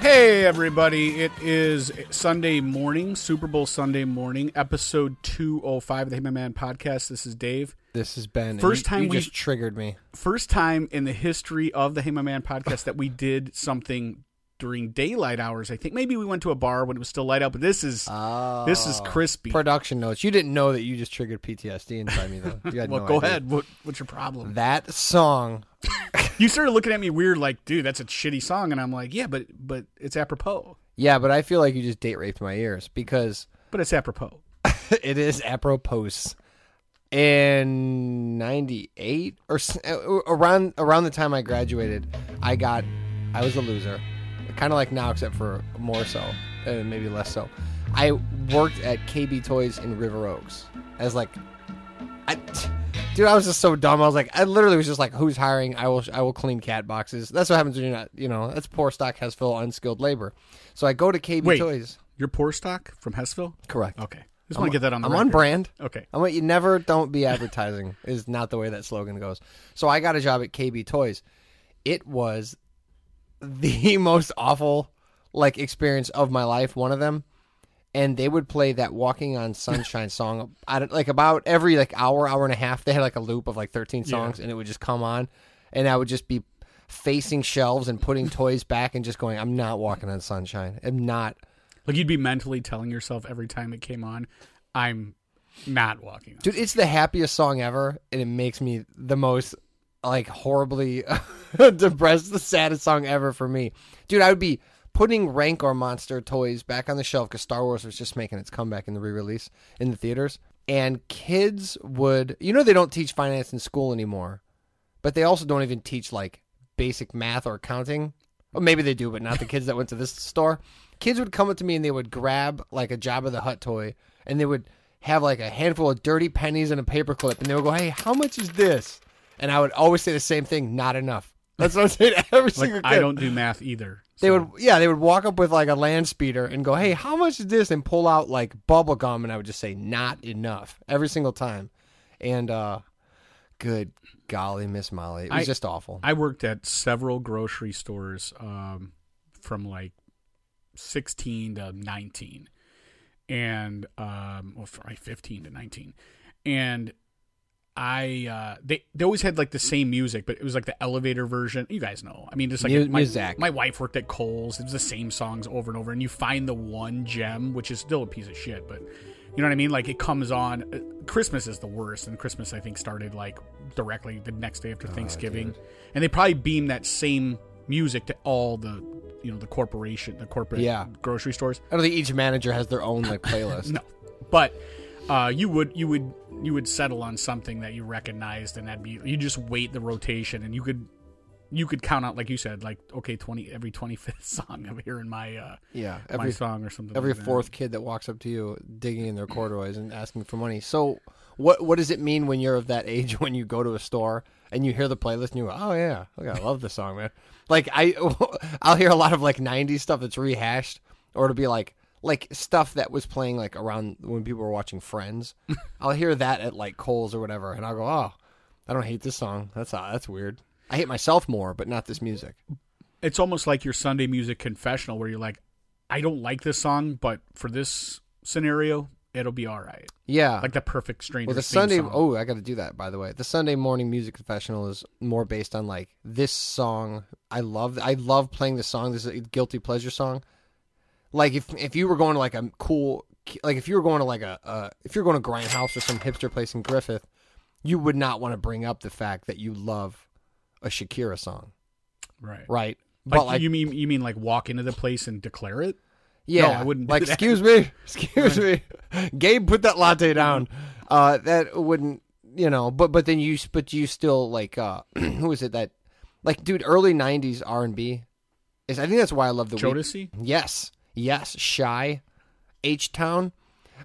Hey, everybody. It is Sunday morning, Super Bowl Sunday morning, episode 205 of the Hitman Man podcast. This is Dave. This has been First you- time you we- just triggered me. First time in the history of the Hitman Man podcast that we did something during daylight hours, I think. Maybe we went to a bar when it was still light out, but this is this Oh, is crispy. Production notes. You didn't know that you just triggered PTSD inside me though. You had well, no go idea. ahead. What, what's your problem? That song. You started looking at me weird, like, dude, that's a shitty song. And I'm like, yeah, but but it's apropos. Yeah, but I feel like you just date raped my ears because But it's apropos. it is apropos. In '98 or s- uh, around around the time I graduated, I got I was a loser, kind of like now, except for more so and maybe less so. I worked at KB Toys in River Oaks as like I, dude, I was just so dumb. I was like, I literally was just like, who's hiring? I will, I will clean cat boxes. That's what happens when you're not, you know, that's poor stock has full unskilled labor. So I go to KB Wait. Toys. Your poor stock from Hessville? Correct. Okay. Just want to get that on the I'm on record. brand. Okay. I want you never don't be advertising is not the way that slogan goes. So I got a job at KB Toys. It was the most awful like experience of my life. One of them, and they would play that "Walking on Sunshine" song. I don't, like about every like hour, hour and a half. They had like a loop of like thirteen songs, and it would just come on, and I would just be facing shelves and putting toys back and just going, "I'm not walking on sunshine. I'm not." Like you'd be mentally telling yourself every time it came on, I'm not walking. Dude, it's the happiest song ever, and it makes me the most like horribly depressed, the saddest song ever for me. Dude, I would be putting Rank or Monster toys back on the shelf because Star Wars was just making its comeback in the re-release in the theaters, and kids would, you know, they don't teach finance in school anymore, but they also don't even teach like basic math or accounting. Or maybe they do, but not the kids that went to this store. Kids would come up to me and they would grab like a Job of the Hut toy and they would have like a handful of dirty pennies and a paperclip and they would go, Hey, how much is this? And I would always say the same thing, not enough. That's what I said to every single Like kid. I don't do math either. They would, yeah, they would walk up with like a land speeder and go, "Hey, how much is this?" and pull out like bubble gum, and I would just say, "Not enough," every single time. And uh good golly, Miss Molly, it was I- just awful. I worked at several grocery stores um, from like 16 to 19 and um well, from like 15 to 19 and I uh they they always had like the same music but it was like the elevator version you guys know I mean just like Mu- my, music. my wife worked at Coles it was the same songs over and over and you find the one gem which is still a piece of shit but you know what I mean like it comes on uh, Christmas is the worst and Christmas I think started like directly the next day after Thanksgiving and they probably beam that same music to all the you know the corporation the corporate Yeah. grocery stores I don't think each manager has their own like playlist. no but uh, you would you would you would settle on something that you recognized and that'd be you just wait the rotation and you could you could count out like you said like okay 20 every 25th song i'm hearing my uh Yeah, my every song or something every like that. fourth kid that walks up to you digging in their corduroys and asking for money. So, what what does it mean when you're of that age when you go to a store and you hear the playlist and you go, "Oh yeah, okay, I love this song, man." Like I I'll hear a lot of like '90s stuff that's rehashed, or it'll be like like stuff that was playing like around when people were watching Friends. I'll hear that at like Coles or whatever, and I'll go, "Oh, I don't hate this song. That's uh, that's weird." I hate myself more, but not this music. it's almost like your sunday music confessional where you're like i don't like this song but for this scenario it'll be all right Yeah, like the perfect stranger Well, the theme Sunday. song. Oh, I got to do that. By the way, the Sunday morning music confessional is more based on like this song. I love. I love playing this song. This is a guilty pleasure song. Like if if you were going to like a cool, like if you were going to like a uh, if you're going to Grindhouse or some hipster place in Griffith, you would not want to bring up the fact that you love a Shakira song, right right? Like, you mean you mean like walk into the place and declare it? Yeah, No, I wouldn't do Like, that. excuse me, excuse me, Gabe, put that latte down. Uh, that wouldn't, you know. But but then you but you still like uh, who is it that like dude? Early '90s R and B is. I think that's why I love the Week- Jodeci. Yes, yes, shy, H Town.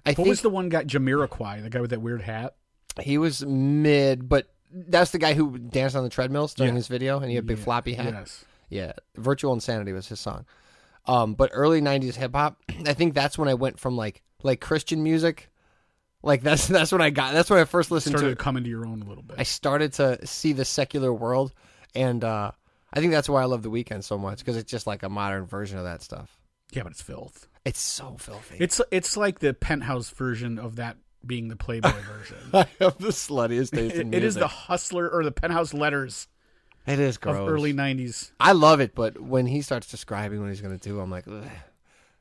I What think was the one guy? Jamiroquai, the guy with that weird hat. he was mid, but that's the guy who danced on the treadmills during Yeah. his video, and he had a big floppy hat. Yes. Yeah, Virtual Insanity was his song. Um, but early '90s hip hop, I think that's when I went from like like Christian music, like that's that's when I got that's when I first listened Started to to come into your own a little I bit. started to see the secular world, and uh, I think that's why I love The Weekend so much because it's just like a modern version of that stuff. Yeah, but it's filth. It's so filthy. It's it's like the penthouse version of that being the Playboy version. I have the sluttiest taste in It- music. it is the hustler or the penthouse letters It is gross. of early '90s. I love it, but when he starts describing what he's gonna do, I'm like, Ugh,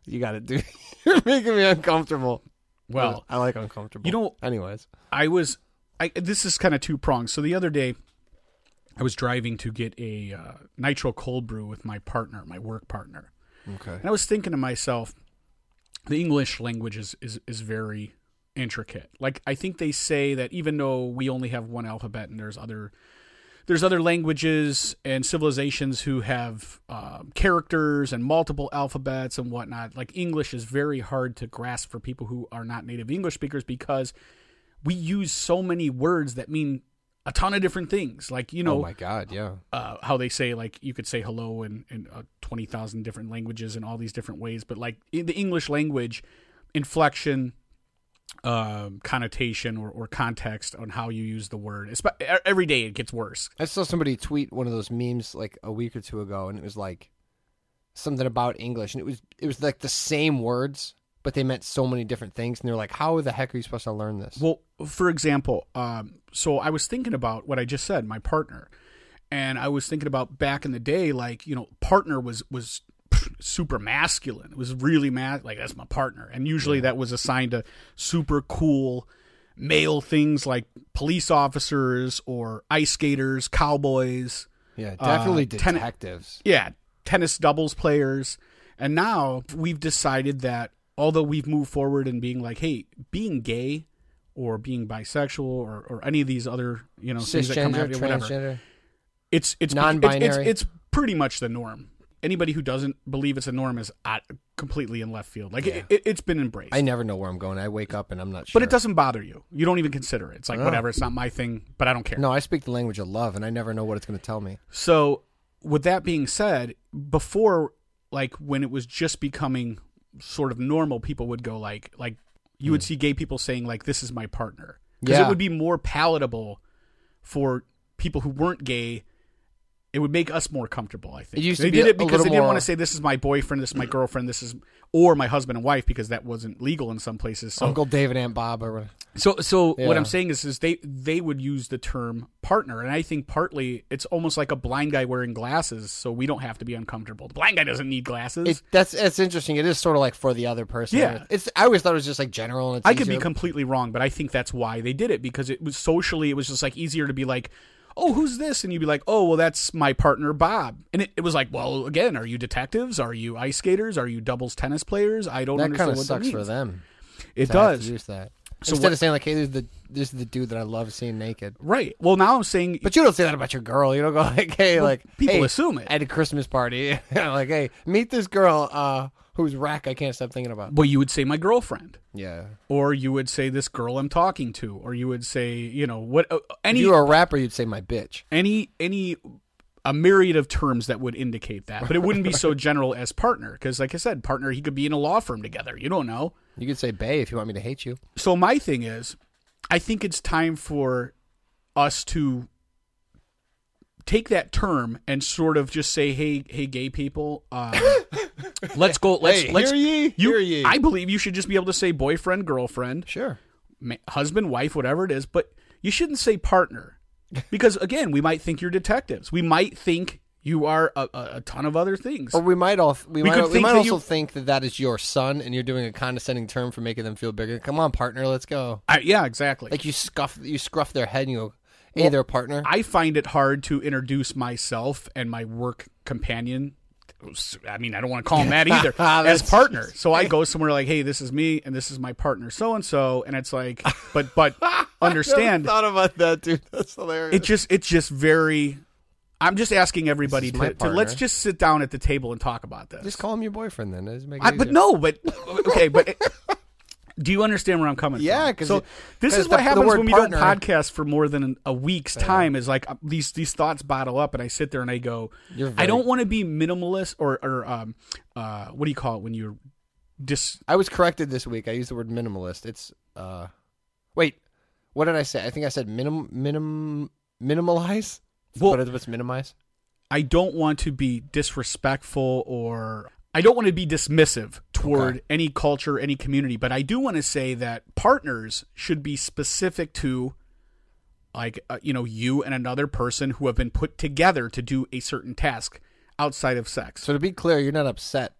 you gotta do. You're making me uncomfortable. Well, I like uncomfortable. you know- Anyways, I was I this is kind of two prongs. So the other day I was driving to get a uh, nitro cold brew with my partner, my work partner. okay. And I was thinking to myself, the English language is is, is very intricate. Like I think they say that even though we only have one alphabet and there's other there's other languages and civilizations who have um, characters and multiple alphabets and whatnot. Like English is very hard to grasp for people who are not native English speakers because we use so many words that mean a ton of different things. Like you know, oh my god, yeah. uh, how they say like you could say hello in, in uh, 20,000 different languages in all these different ways but like in the english language inflection um, connotation or, or context on how you use the word Espe- e- every day it gets worse I saw somebody tweet one of those memes like a week or two ago, and it was like something about English, and it was it was like the same words, but they meant so many different things, and they're like, how the heck are you supposed to learn this? Well, for example, um, so I was thinking about what I just said, my partner, and I was thinking about back in the day, like you know, partner was was pff, super masculine. It was really mas like that's my partner, and usually that was assigned to super cool male things like police officers or ice skaters, cowboys. yeah, definitely uh, ten- detectives. Yeah, tennis doubles players. And now we've decided that although we've moved forward in being like, hey, being gay or being bisexual or, or any of these other, you know, things that come Cisgender, out you, whatever, transgender. it's it's It's, Non-binary. it's, it's pretty much the norm. Anybody who doesn't believe it's a norm is out, completely in left field. Like it, it, it's been embraced, I never know where I'm going. I wake up and I'm not sure. but it doesn't bother you. You don't even consider it. It's like whatever. It's not my thing, but I don't care. No, I speak the language of love, and I never know what it's going to tell me. So, with that being said, before like when it was just becoming sort of normal, people would go like like you would see gay people saying like this is my partner because it Hmm. Yeah. would be more palatable for people who weren't gay. It would make us more comfortable. I think It used to they be did a- it a because little they didn't more- want to say this is my boyfriend, this is my girlfriend, this is or my husband and wife because that wasn't legal in some places. So Uncle David, Aunt Bob, or whatever. so, so what Yeah. I'm saying is, is they they would use the term partner, and I think partly it's almost like a blind guy wearing glasses, so we don't have to be uncomfortable. The blind guy doesn't need glasses. It, that's that's interesting. It is sort of like for the other person. Yeah. it's. I always thought it was just like general. And it's I could be easier. completely wrong, but I think that's why they did it because it was socially, it was just like easier to be like, oh, who's this? And you'd be like, oh, well, that's my partner, Bob. And it, it was like, well, again, are you detectives? Are you ice skaters? Are you doubles tennis players? I don't that kind understand of what sucks that for means. them. It to have to does. use that So instead what- of saying like, "Hey, this is the this is the dude that I love seeing naked." Right. Well, now I'm saying But you don't say that about your girl. You don't go like, "Hey, like people hey, assume it. at a Christmas party." like, "Hey, meet this girl uh, whose rack I can't stop thinking about." well, you would say my girlfriend. Yeah. or you would say this girl I'm talking to, or you would say, you know, what uh, If any you were a rapper, you'd say my bitch. any any a myriad of terms that would indicate that, but it wouldn't be so general as partner because, like I said, partner he could be in a law firm together. You don't know. You could say bae if you want me to hate you. So my thing is, I think it's time for us to take that term and sort of just say, hey, hey, gay people, um, let's go. Let's Hey, let's hear ye, you- hear ye. I believe you should just be able to say boyfriend, girlfriend. Sure. ma- husband, wife, whatever it is, but you shouldn't say partner because again, we might think you're detectives. We might think you are a, a, a ton of other things. Or we might all we, could might, we think might that also you- think that that is your son, and you're doing a condescending term for making them feel bigger. Come on, partner, let's go. I, yeah, exactly. Like you scuff you scruff their head, and you go, "Hey, they're a partner." I find it hard to introduce myself and my work companion. I mean, I don't want to call him that either as That's- partner. So I go somewhere like, "Hey, this is me, and this is my partner, so and so," and it's like, but but understand, thought about that, dude. That's hilarious. it just it's just very. I'm just asking everybody is my to, to let's partner. just sit down at the table and talk about this. Just call him your boyfriend then. Does it make it I, but easier? no, but okay, but it- do you understand where I'm coming from? Yeah, 'cause so it- this 'cause is what the- the happens word when we don't partner- podcast for more than a week's time. Is like uh, these these thoughts bottle up, and I sit there and I go, You're I very- don't want to be minimalist or or um uh what do you call it when you're dis I was corrected this week. I used the word minimalist. It's uh, wait, what did I say? I think I said minim minim minimalize. Well- but it's what's minimize. I don't want to be disrespectful or I don't want to be dismissive toward any culture, any community, but I do want to say that partners should be specific to like uh, you know you and another person who have been put together to do a certain task outside of sex. So to be clear, you're not upset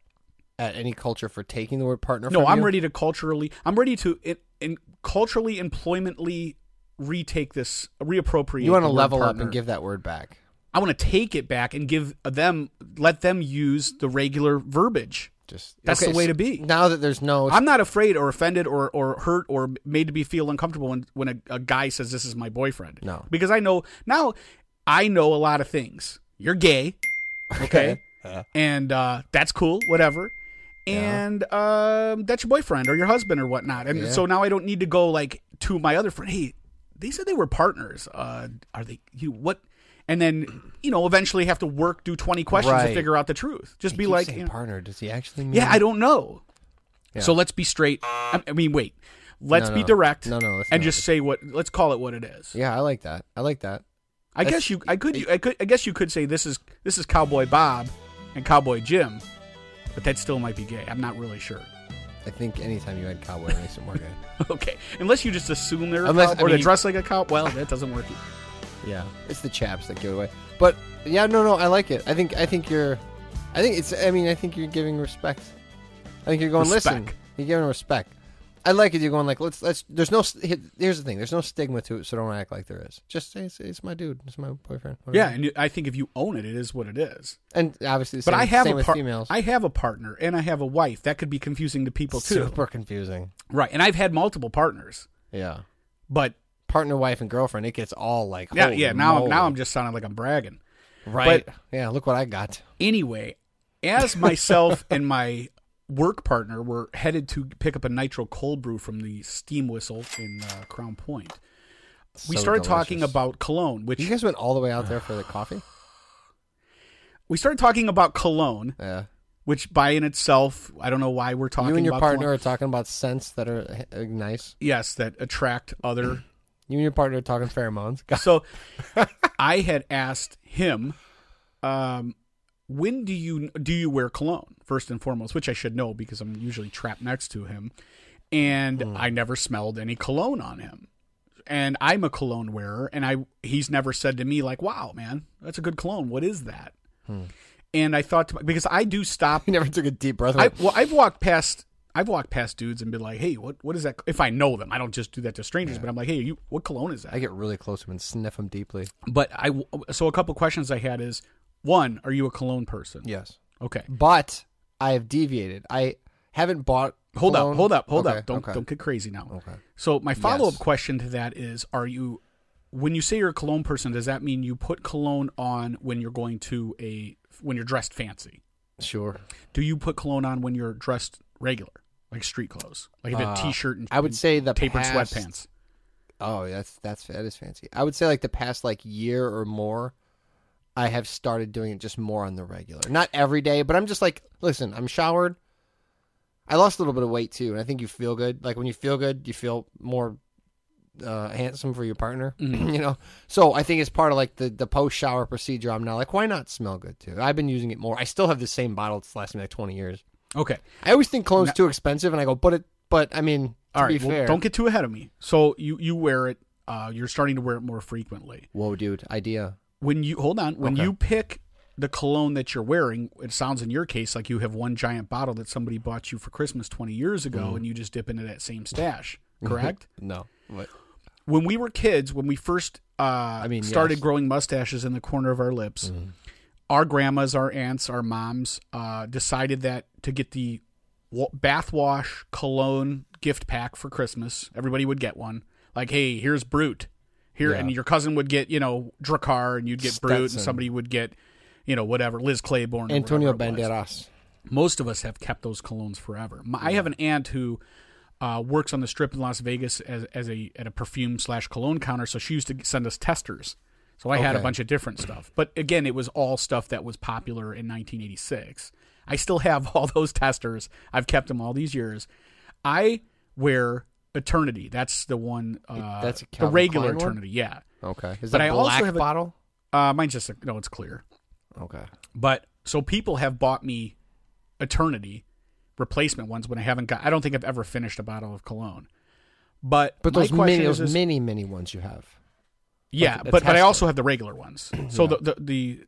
at any culture for taking the word partner. no, from I'm you? ready to culturally I'm ready to in, in culturally employmently retake this reappropriate You want to the word level up partner. and give that word back. I want to take it back and give them let them use the regular verbiage. Just That's the way to be. Now that there's no, I'm not afraid or offended or, or hurt or made to be feel uncomfortable when, when a, a guy says this is my boyfriend. No. Because I know now I know a lot of things. You're gay. Okay. and uh, that's cool, whatever. And um, that's your boyfriend or your husband or whatnot. And Yeah. so now I don't need to go like to my other friend, hey, they said they were partners. Uh, are they you what and then, you know, eventually have to work, do twenty questions to Right. figure out the truth. Just You be keep like saying you know, partner. Does he actually mean? yeah, I don't know. Mm-hmm. Yeah. So let's be straight. I I mean, wait. Let's No, be no. direct No, no, let's and not. just say what. Let's call it what it is. Yeah, I like that. I like that. I that's- guess you. I could. I could. I guess you could say this is this is Cowboy Bob and Cowboy Jim, but that still might be gay. I'm not really sure. I think anytime you add cowboy, it makes it more gay. Okay, unless you just assume they're a Unless- cowboy I or mean, Mm-hmm. they you- dress like a cow. Well, that doesn't work. either. Yeah, it's the chaps that give it away. But yeah, no, no, I like it. I think I think you're, I think it's. I mean, I think you're giving respect. I think you're going. Listen, Respect. you're giving respect. I like it. You're going like let's let's. There's no. st- Here's the thing. There's no stigma to it, so don't act like there is. Just say it's, it's my dude. It's my boyfriend. whatever. Yeah, and you- I think if you own it, it is what it is. And obviously, the But same, I have same a with par- females. I have a partner and I have a wife. That could be confusing to people too. Super confusing. Right, and I've had multiple partners, Yeah. but Partner, wife, and girlfriend. It gets all like yeah, holy yeah. Now, moly. now I'm just sounding like I'm bragging. right. yeah, look what I got. anyway, as myself and my work partner were headed to pick up a nitro cold brew from the steam whistle in uh, Crown Point, we So started talking delicious. about cologne, which You guys went all the way out there for the coffee. we started talking about cologne, Yeah. which by in itself, I don't know why we're talking you and your about partner cologne. are talking about scents that are uh, nice. Yes, that attract other. You and your partner are talking pheromones. God. so I had asked him, um, when do you do you wear cologne first and foremost, which I should know because I'm usually trapped next to him, and I never smelled any cologne on him, and I'm a cologne wearer, and I he's never said to me like, "Wow, man, that's a good cologne. What is that?" And I thought to, my- because I do stop You never took a deep breath. I, well, I've walked past. I've walked past dudes and been like, "Hey, what what is that?" If I know them, I don't just do that to strangers. But I'm like, "Hey, you, what cologne is that?" I get really close to him and sniff him deeply. But I so a couple questions I had is one: Are you a cologne person? Yes. Okay. But I have deviated. I haven't bought. Hold cologne- up. Hold up. Hold Okay, up. Don't okay. don't get crazy now. Okay. So my follow up Yes. question to that is: Are you when you say you're a cologne person? Does that mean you put cologne on when you're going to a when you're dressed fancy? Sure. Do you put cologne on when you're dressed regular, like street clothes, like if Uh, a t-shirt and I would say the tapered past- sweatpants? Oh, that's that's that is fancy. I would say like the past like year or more, I have started doing it just more on the regular. Not every day, but I'm just like, listen, I'm showered. I lost a little bit of weight too, and I think you feel good. Like when you feel good, you feel more uh, handsome for your partner, Mm-hmm. you know. So I think it's part of like the the post shower procedure. I'm now like, why not smell good too? I've been using it more. I still have the same bottle. It's lasted me like 20 years. Okay. I always think cologne's too expensive, and I go, but it, but I mean, to All right, be well, fair, don't get too ahead of me. So you you wear it. Uh, you're starting to wear it more frequently. whoa, dude, idea. When you hold on, when Okay. you pick the cologne that you're wearing, it sounds in your case like you have one giant bottle that somebody bought you for Christmas 20 years ago, and you just dip into that same stash. Correct. No, what? when we were kids, when we first uh, mean, started yes. Mm-hmm. growing mustaches in the corner of our lips, our grandmas, our aunts, our moms uh, decided that to get the wa- bath wash cologne gift pack for Christmas, everybody would get one. Like, hey, here's Brute. Here, Yeah. and your cousin would get, you know, Dracar, and you'd get Brute, Stetson. and somebody would get, you know, whatever, Liz Claiborne. or Antonio whatever it was Banderas. most of us have kept those colognes forever. My, I have an aunt who uh, works on the strip in Las Vegas as, as a at a perfume slash cologne counter, so she used to send us testers. So I had a Okay. bunch of different stuff, but again, it was all stuff that was popular in 1986. I still have all those testers. I've kept them all these years. I wear Eternity. That's the one. Uh, That's a the Calvin regular Klein one? Eternity. Yeah. Okay. Is But that I also black have a- bottle? Uh, mine's just a, no. It's clear. Okay. But so people have bought me Eternity replacement ones when I haven't got. I don't think I've ever finished a bottle of cologne. But But my those question mini, is those this- mini, mini ones you have. yeah, like a but but I tester. also have the regular ones. So the, the the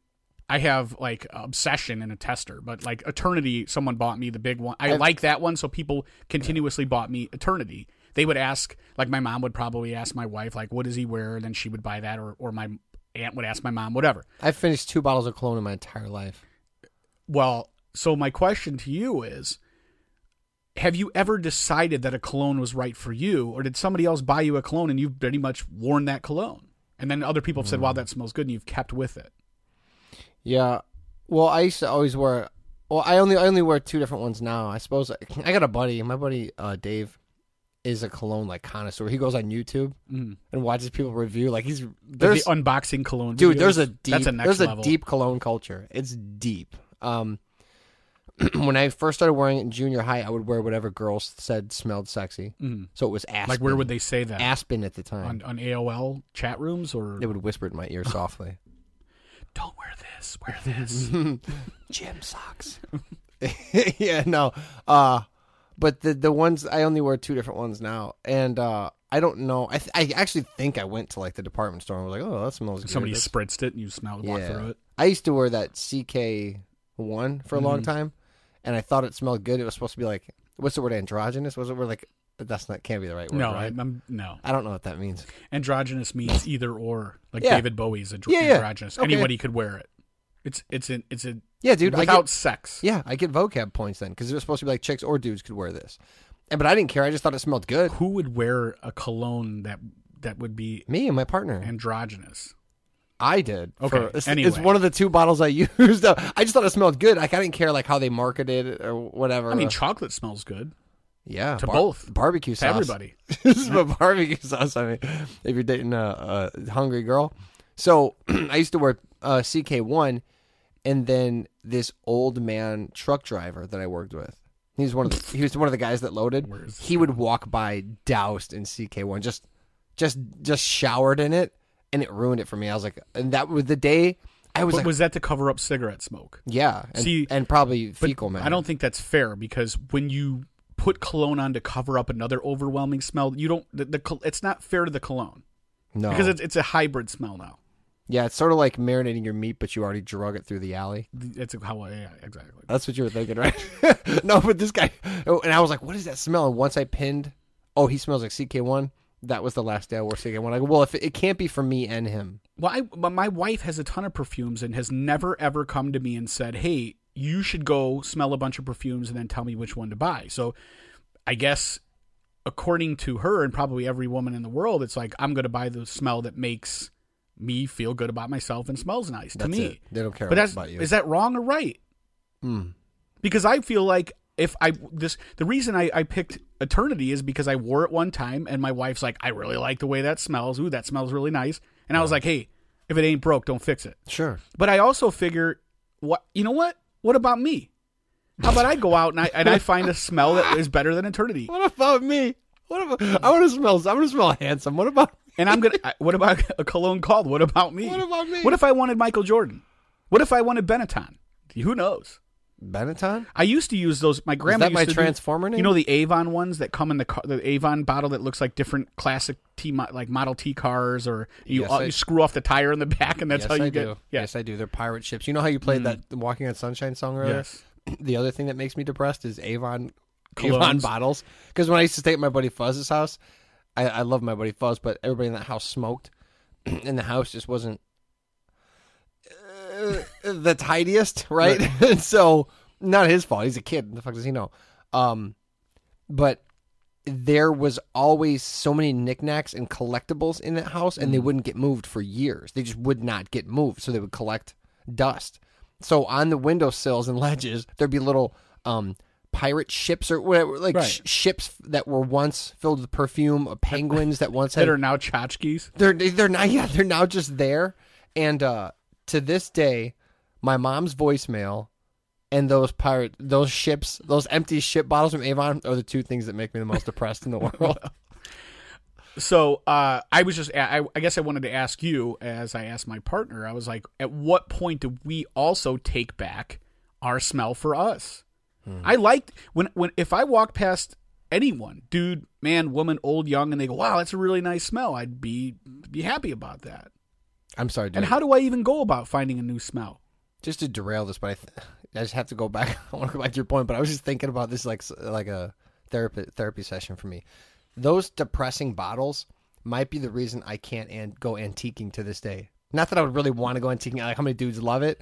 I have like obsession and a tester, but like Eternity, someone bought me the big one. I I've- like that one, so people continuously bought me Eternity. They would ask, like my mom would probably ask my wife, like, "What does he wear?" And then she would buy that, or or my aunt would ask my mom, whatever. I've finished two bottles of cologne in my entire life. Well, so my question to you is have you ever decided that a cologne was right for you or did somebody else buy you a cologne and you've pretty much worn that cologne and then other people have said wow that smells good and you've kept with it Yeah. Well, I used to always wear. Well, I only I only wear two different ones now. I suppose I got a buddy. My buddy uh, Dave is a cologne like connoisseur. He goes on YouTube and watches people review. Like he's there's Mm. there's the unboxing cologne dude. videos, There's a deep. that's a next there's level a deep cologne culture. It's deep. Um, when I first started wearing it in junior high, I would wear whatever girls said smelled sexy. Mm. So it was aspen. Mm-hmm. like where would they say that aspen at the time? on, on AOL chat rooms or They would whisper it in my ear softly. don't wear this wear this gym socks. yeah, no. Uh but the the ones I only wear two different ones now, and uh I don't know. I th- I actually think I went to like the department store and was like, oh, that smells good. somebody That's- spritzed it and you smelled walked through it I used to wear that CK one for a long Mm-hmm. time, and I thought it smelled good. It was supposed to be like what's the word androgynous? Was it where like that's not can't be the right word. no right? I, am no I don't know what that means. androgynous means either or like Yeah. david bowie's andro- Yeah, yeah. androgynous Okay. anybody could wear it it's it's an it's a Yeah, dude. I without get- sex. yeah, I get vocab points then because it was supposed to be like chicks or dudes could wear this, and, but I didn't care. I just thought it smelled good. Who would wear a cologne that that would be Me and my partner. androgynous? I did. Okay, for- it's, anyway. it's one of the two bottles I used. I just thought it smelled good. Like I didn't care like how they marketed it or whatever. I mean, chocolate smells good yeah, to bar- both. barbecue to sauce. everybody. this is what barbecue sauce. I mean, if you're dating a, a hungry girl, so I used to wear uh, CK one, and then this old man truck driver that I worked with. He was one of the, he was one of the guys that loaded. Where is this He would walk by doused in CK one, just just just showered in it, and it ruined it for me. I was like, and that was the day I was But like, was that to cover up cigarette smoke? yeah, and, See, and probably But fecal matter. I don't think that's fair because when you put cologne on to cover up another overwhelming smell, you don't. The, the col- it's not fair to the cologne no because it's it's a hybrid smell now. yeah, it's sort of like marinating your meat, but you already drug it through the alley. It's a, how yeah, exactly. That's what you were thinking, right? no, but this guy, oh, and I was like, "What is that smell?" And once I pinned, oh, he smells like CK1. That was the last day I wore CK1. I go, well, if it, it can't be for me and him, Well, I, but my wife has a ton of perfumes and has never ever come to me and said, "Hey, you should go smell a bunch of perfumes and then tell me which one to buy." So, I guess according to her and probably every woman in the world, it's like I'm going to buy the smell that makes me feel good about myself and smells nice that's to me. it. They don't care But that's about you. is that wrong or right? Mm. Because I feel like if I this the reason I, I picked eternity is because I wore it one time and my wife's like, I really like the way that smells. Ooh, that smells really nice. And I was like, hey, if it ain't broke, don't fix it. sure. But I also figure, what you know what? What about me? How about I go out and I and I find a smell that is better than eternity? What about me? What about I want to smell? I want to smell handsome. What about? And I'm gonna. I- What about a cologne called? What about me? What about me? What if I wanted Michael Jordan? What if I wanted Benetton? Who knows? Benetton? I used to use those. My grandma that used my to do- Transformer name? You know the Avon ones that come in the car, the Avon bottle that looks like different classic T mo- like Model T cars, or you Yes, uh, I- you screw off the tire in the back, and that's yes, how you I get. do. Yeah. Hmm. Yes, I do. They're pirate ships. You know how you played that "Walking on Sunshine" song earlier? Yes. the other thing that makes me depressed is Avon Avon Colognes. bottles. Because when I used to stay at my buddy Fuzz's house, I, I love my buddy Fuzz, but everybody in that house smoked, and the house just wasn't uh, the tidiest, right? and so, not his fault. He's a kid. The fuck does he know? Um, but there was always so many knickknacks and collectibles in that house, Mm. and they wouldn't get moved for years. They just would not get moved, so they would collect dust. So on the windowsills and ledges, there'd be little um, pirate ships or whatever, like Right. sh- ships that were once filled with perfume, or penguins that once That had are now tchotchkes. they're they're not yeah they're now just there and uh to this day my mom's voicemail and those pirate those ships those empty ship bottles from avon are the two things that make me the most depressed in the world So uh, I was just, I, I guess I wanted to ask you, as I asked my partner, I was like, at what point do we also take back our smell for us? Hmm. I liked when, when, if I walk past anyone, dude, man, woman, old, young, and they go, wow, that's a really nice smell, I'd be, be happy about that. I'm sorry, dude. And how do I even go about finding a new smell? just to derail this, but I, th- I just have to go back. I want to go back to your point, but I was just thinking about this like s- like a therapy therapy session for me. Those depressing bottles might be the reason I can't an- go antiquing to this day. Not that I would really want to go antiquing. Like how many dudes love it,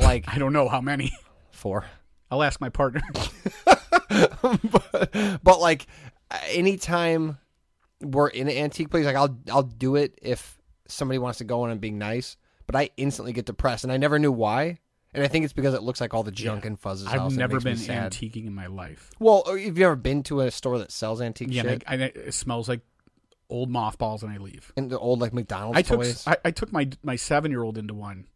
like I don't know how many. four. I'll ask my partner. but, but like anytime we're in an antique place, like I'll I'll do it if somebody wants to go and I'm being nice. But I instantly get depressed, and I never knew why. And I think it's because it looks like all the junk in Fuzz's house. I've and it never makes me been sad. antiquing in my life. Well, oh, have you ever been to a store that sells antique Yeah, shit like, I, it smells like old mothballs, and I leave. and the old like McDonald's I took toys? I, I took my my seven year old into one,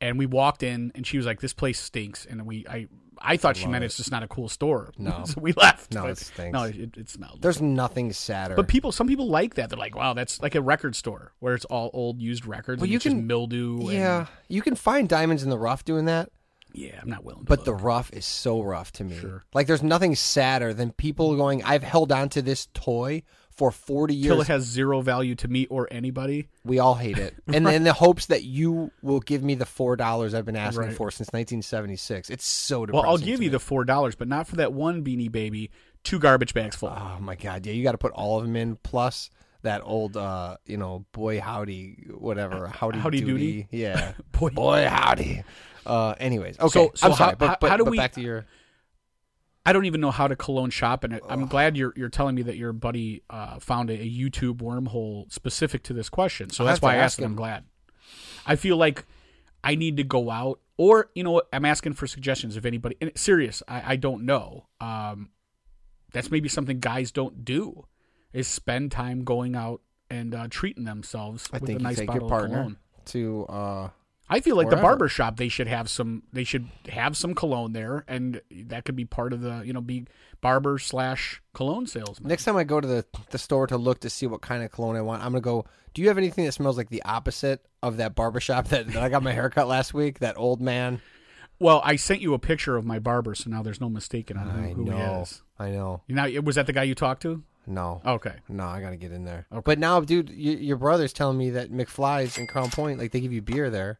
and we walked in, and she was like, "This place stinks." And we I I thought she meant it's just not a cool store. No. so we left. No, but- it stinks. No, it, it smelled. There's nothing sadder. but people, some people like that. They're like, "Wow, that's like a record store where it's all old used records. Well, and you it's just can- mildew." and- yeah, you can find diamonds in the rough doing that, yeah, I'm not willing. To but look. the rough is so rough to me. Sure. Like there's nothing sadder than people going, "I've held on to this toy for 40 till years. it has zero value to me or anybody. we all hate it." And then the hopes that you will give me the four dollars I've been asking Right. for since 1976. It's so Well, depressing. I'll give to you me. the four dollars, but not for that one beanie baby. Two garbage bags full. Oh my god, yeah, you got to put all of them in plus that old uh, you know, boy howdy whatever, howdy, Howdy doody. Yeah. Boy, boy howdy. Uh anyways, okay. So- so I'm how- sorry, how- but, but, how do but we- back to your I don't even know how to cologne shop, and I- I'm glad you're you're telling me that your buddy uh, found a, a YouTube wormhole specific to this question. So I'll that's have to why I ask asked it. him. I'm glad. I feel like I need to go out, or you know, what, I'm asking for suggestions if anybody. And serious, I, I don't know. Um, that's maybe something guys don't do is spend time going out and uh, treating themselves I with think a you nice take bottle your of partner cologne. to uh I feel like the Wherever. barber shop they should have some they should have some cologne there and that could be part of the you know be barber slash cologne salesman. next time I go to the the store to look to see what kind of cologne I want. I'm going to go, "Do you have anything that smells like the opposite of that barbershop that, that I got my haircut last week, that old man?" Well, I sent you a picture of my barber, so now there's no mistaking on who, I who he know. is. Oh. I know. Now was that the guy you talked to? No. Okay. No, I gotta get in there. But now, dude, y- your brother's telling me that McFly's in Crown Point, like they give you beer there.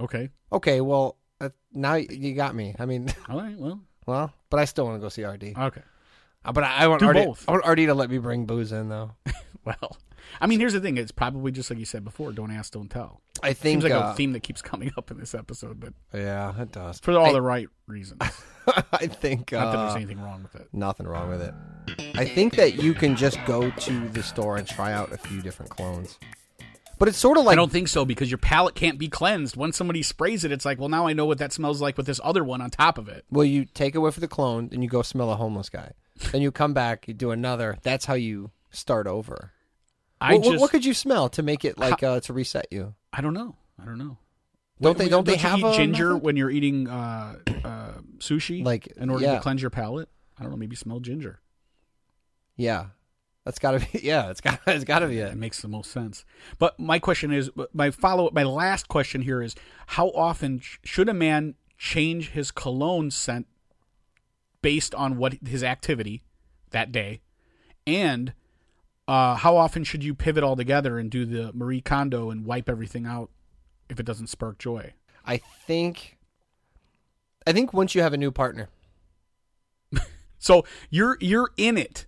Okay. Okay, well, uh, now y- you got me. I mean, All right, well. well, but I still want to go see RD. Okay. Uh, but I, I want do RD. both. I want RD to let me bring booze in, though. Well, I mean, here's the thing. It's probably just like you said before. Don't ask, don't tell. I Seems think. like uh, a theme that keeps coming up in this episode, but yeah, it does. for all I, the right reasons. I think. Not that there's Uh, anything wrong with it. nothing wrong with it. I think that you can just go to the store and try out a few different clones. But it's sort of I like don't think so because your palate can't be cleansed. Once somebody sprays it, it's like, well, now I know what that smells like with this other one on top of it. Well, you take away for the clone, then you go smell a homeless guy. Then you come back, you do another. That's how you start over. I what, what- just, what could you smell to make it like uh, to reset you? I don't know. I don't know. Don't they? Wait, Don't, they you have um, eat a ginger method? when you're eating uh, uh, sushi? Like, in order yeah. to cleanse your palate. I don't know. Maybe smell ginger. Yeah, that's gotta be. Yeah, it's got. It's gotta be That it. makes the most sense. But my question is, my follow up, my last question here is, how often sh- should a man change his cologne scent based on what his activity that day, and uh, how often should you pivot altogether and do the Marie Kondo and wipe everything out if it doesn't spark joy? I think. I think once you have a new partner, So you're you're in it.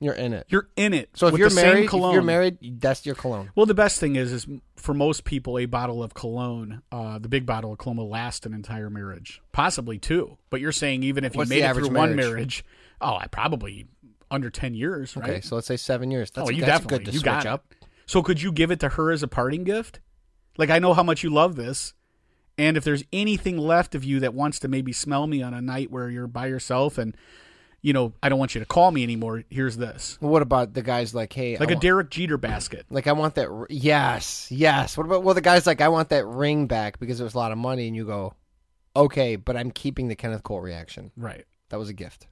you're in it. You're in it. So if with you're the same married, if cologne. you're married, that's your cologne. Well, the best thing is, is for most people, a bottle of cologne, uh, the big bottle of cologne, will last an entire marriage, possibly two. But you're saying even if you What's made the it average through one marriage? marriage, oh, I probably under ten years, right? Okay, so let's say seven years. That's, oh, you that's definitely good to you switch got it. up. So could you give it to her as a parting gift? Like I know how much you love this, and if there's anything left of you that wants to maybe smell me on a night where you're by yourself and you know I don't want you to call me anymore, here's this, Well, What about the guys like, hey, like I a Derek Jeter basket. Like I want that. r- Yes, yes. What about well the guy's like I want that ring back because it was a lot of money, and you go, okay, but I'm keeping the Kenneth Cole reaction. Right. That was a gift.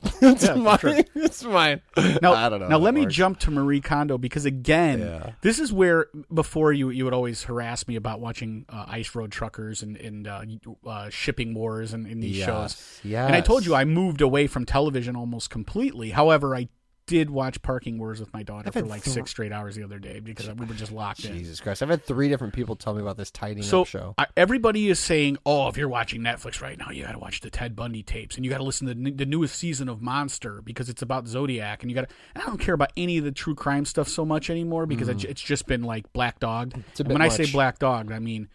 it's Yeah, for mine. sure. It's mine. Now, I don't know. Now how let that me works. jump to Marie Kondo because again, Yeah. this is where before you you would always harass me about watching uh, Ice Road Truckers and and uh, uh, shipping wars and in these shows. Yes. And I told you I moved away from television almost completely. However, I did watch Parking Wars with my daughter I've for had like thr- six straight hours the other day because we were just locked in. Jesus Christ! I've had three different people tell me about this tidying So up show. I, everybody is saying, "Oh, if you're watching Netflix right now, you got to watch the Ted Bundy tapes, and you got to listen to the, n- the newest season of Monster because it's about Zodiac." And you got to. I don't care about any of the true crime stuff so much anymore because it, it's just been like black dogged. Mm. a And bit when I say much. black dogged, I mean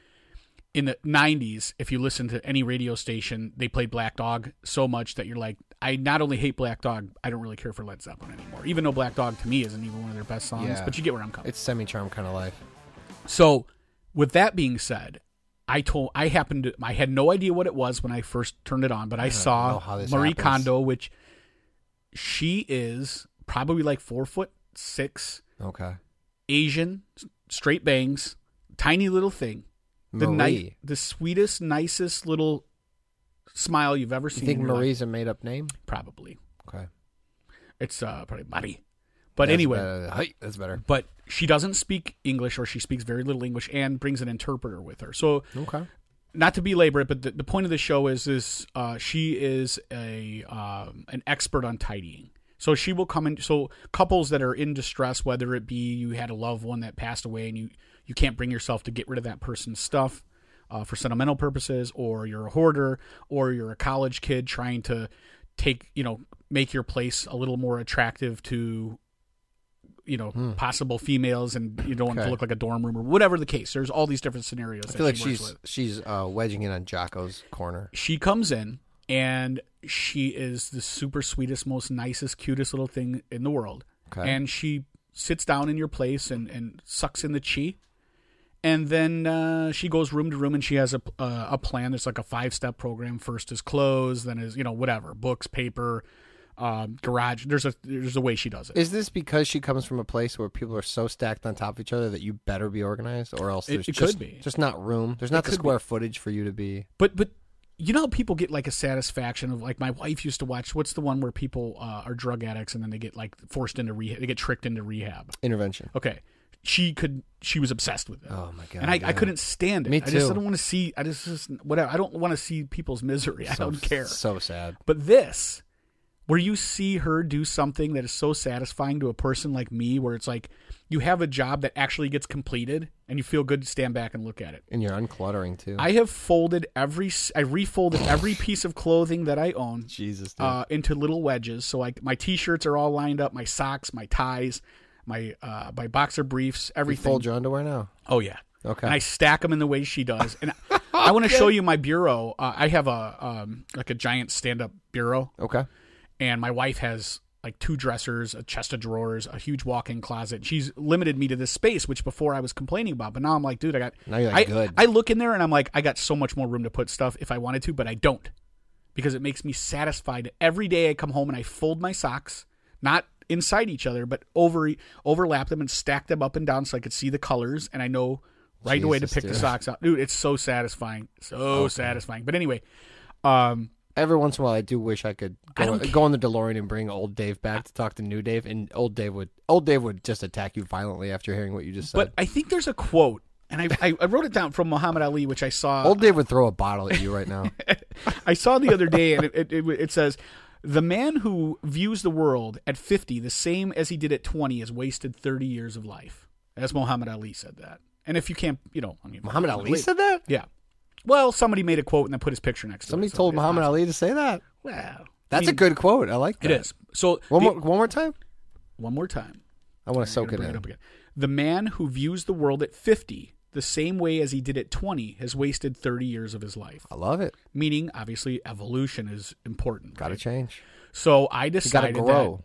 in the '90s. If you listen to any radio station, they played Black Dog so much that you're like, I not only hate Black Dog, I don't really care for Led Zeppelin anymore. Even though Black Dog to me isn't even one of their best songs, Yeah. but you get where I'm coming. It's semi-charm kind of life. So, with that being said, I told I happened to I had no idea what it was when I first turned it on, but I, know saw how this Marie happens. Kondo, which she is probably like four foot six, Okay. Asian, s- straight bangs, tiny little thing, the Marie. ni- the sweetest, nicest little smile you've ever you seen. think in your life. Marie's a made-up name? Probably Okay. it's uh, probably Marie, but That's anyway, better. Hi, that's better. but she doesn't speak English or she speaks very little English and brings an interpreter with her, so. Okay. not to belabor it, but the, the point of the show is is uh, she is a um, an expert on tidying. So she will come in. So couples that are in distress, whether it be you had a loved one that passed away and you you can't bring yourself to get rid of that person's stuff uh, for sentimental purposes, or you're a hoarder, or you're a college kid trying to take you know make your place a little more attractive to you know possible females, and you don't want it Hmm. Okay. to look like a dorm room or whatever the case. There's all these different scenarios. I feel like she works she's with she's uh, wedging in on Jocko's corner. she comes in and she is the super sweetest, most nicest, cutest little thing in the world. Okay. And she sits down in your place and, and sucks in the chi. And then uh, she goes room to room and she has a, uh, a plan. There's like a five step program. First is clothes, then is, you know, whatever books, paper, um, garage. There's a, there's a way she does it. Is this because she comes from a place where people are so stacked on top of each other that you better be organized, or else It- there's it just, could be. just not room? There's not the could be. square footage for you to be. But but you know how people get like a satisfaction of like my wife used to watch what's the one where people uh, are drug addicts and then they get like forced into rehab they get tricked into rehab. Intervention. Okay. She could she was obsessed with it. Oh my god! and I, yeah. I couldn't stand it. Me I just too. don't want to see I just, just whatever I don't want to see people's misery. I So- don't care. So sad. But this, where you see her do something that is so satisfying to a person like me, where it's like you have a job that actually gets completed and you feel good to stand back and look at it. And you're uncluttering too. I have folded every, s- I refolded every piece of clothing that I own Jesus. Dude. uh, into little wedges. So like my t-shirts are all lined up, my socks, my ties, my uh, my boxer briefs, you everything. fold your underwear now. oh yeah, Okay. and I stack them in the way she does. And I want to show you my bureau. Uh, I have a um, like a giant stand-up bureau, okay. and my wife has like two dressers, a chest of drawers, a huge walk-in closet. She's limited me to this space, which before I was complaining about, but now I'm like, dude, I got Now you're like I, good. I look in there and I'm like, I got so much more room to put stuff if I wanted to, but I don't because it makes me satisfied. Every day I come home and I fold my socks, not inside each other, but over overlap them and stack them up and down so I could see the colors and I know right away to Jesus, pick the dude. socks out. Dude, it's so satisfying, so satisfying. But anyway, um, Every once in a while, I do wish I could I go, don't go on the DeLorean and bring old Dave back to talk to new Dave, and old Dave would old Dave would just attack you violently after hearing what you just said. but I think there's a quote. And I, I, I wrote it down from Muhammad Ali, which I saw. old Dave would throw a bottle at you right now. I saw the other day, and it, it, it says, "The man who views the world at fifty the same as he did at twenty has wasted thirty years of life." As Muhammad Ali said that. And if you can't, you know, I mean, Muhammad Ali said that. yeah. Well, somebody made a quote and then put his picture next to Somebody it. so told it's Muhammad possible. Ali to say that. Well, That's I mean, a good quote. I like that. It is. So One the- more, one more time. one more time. I want to soak Gonna it bring in. up again. The man who views the world at fifty the same way as he did at twenty has wasted thirty years of his life. I love it. Meaning, obviously, evolution is important. Got to change. So I You got to decided that grow.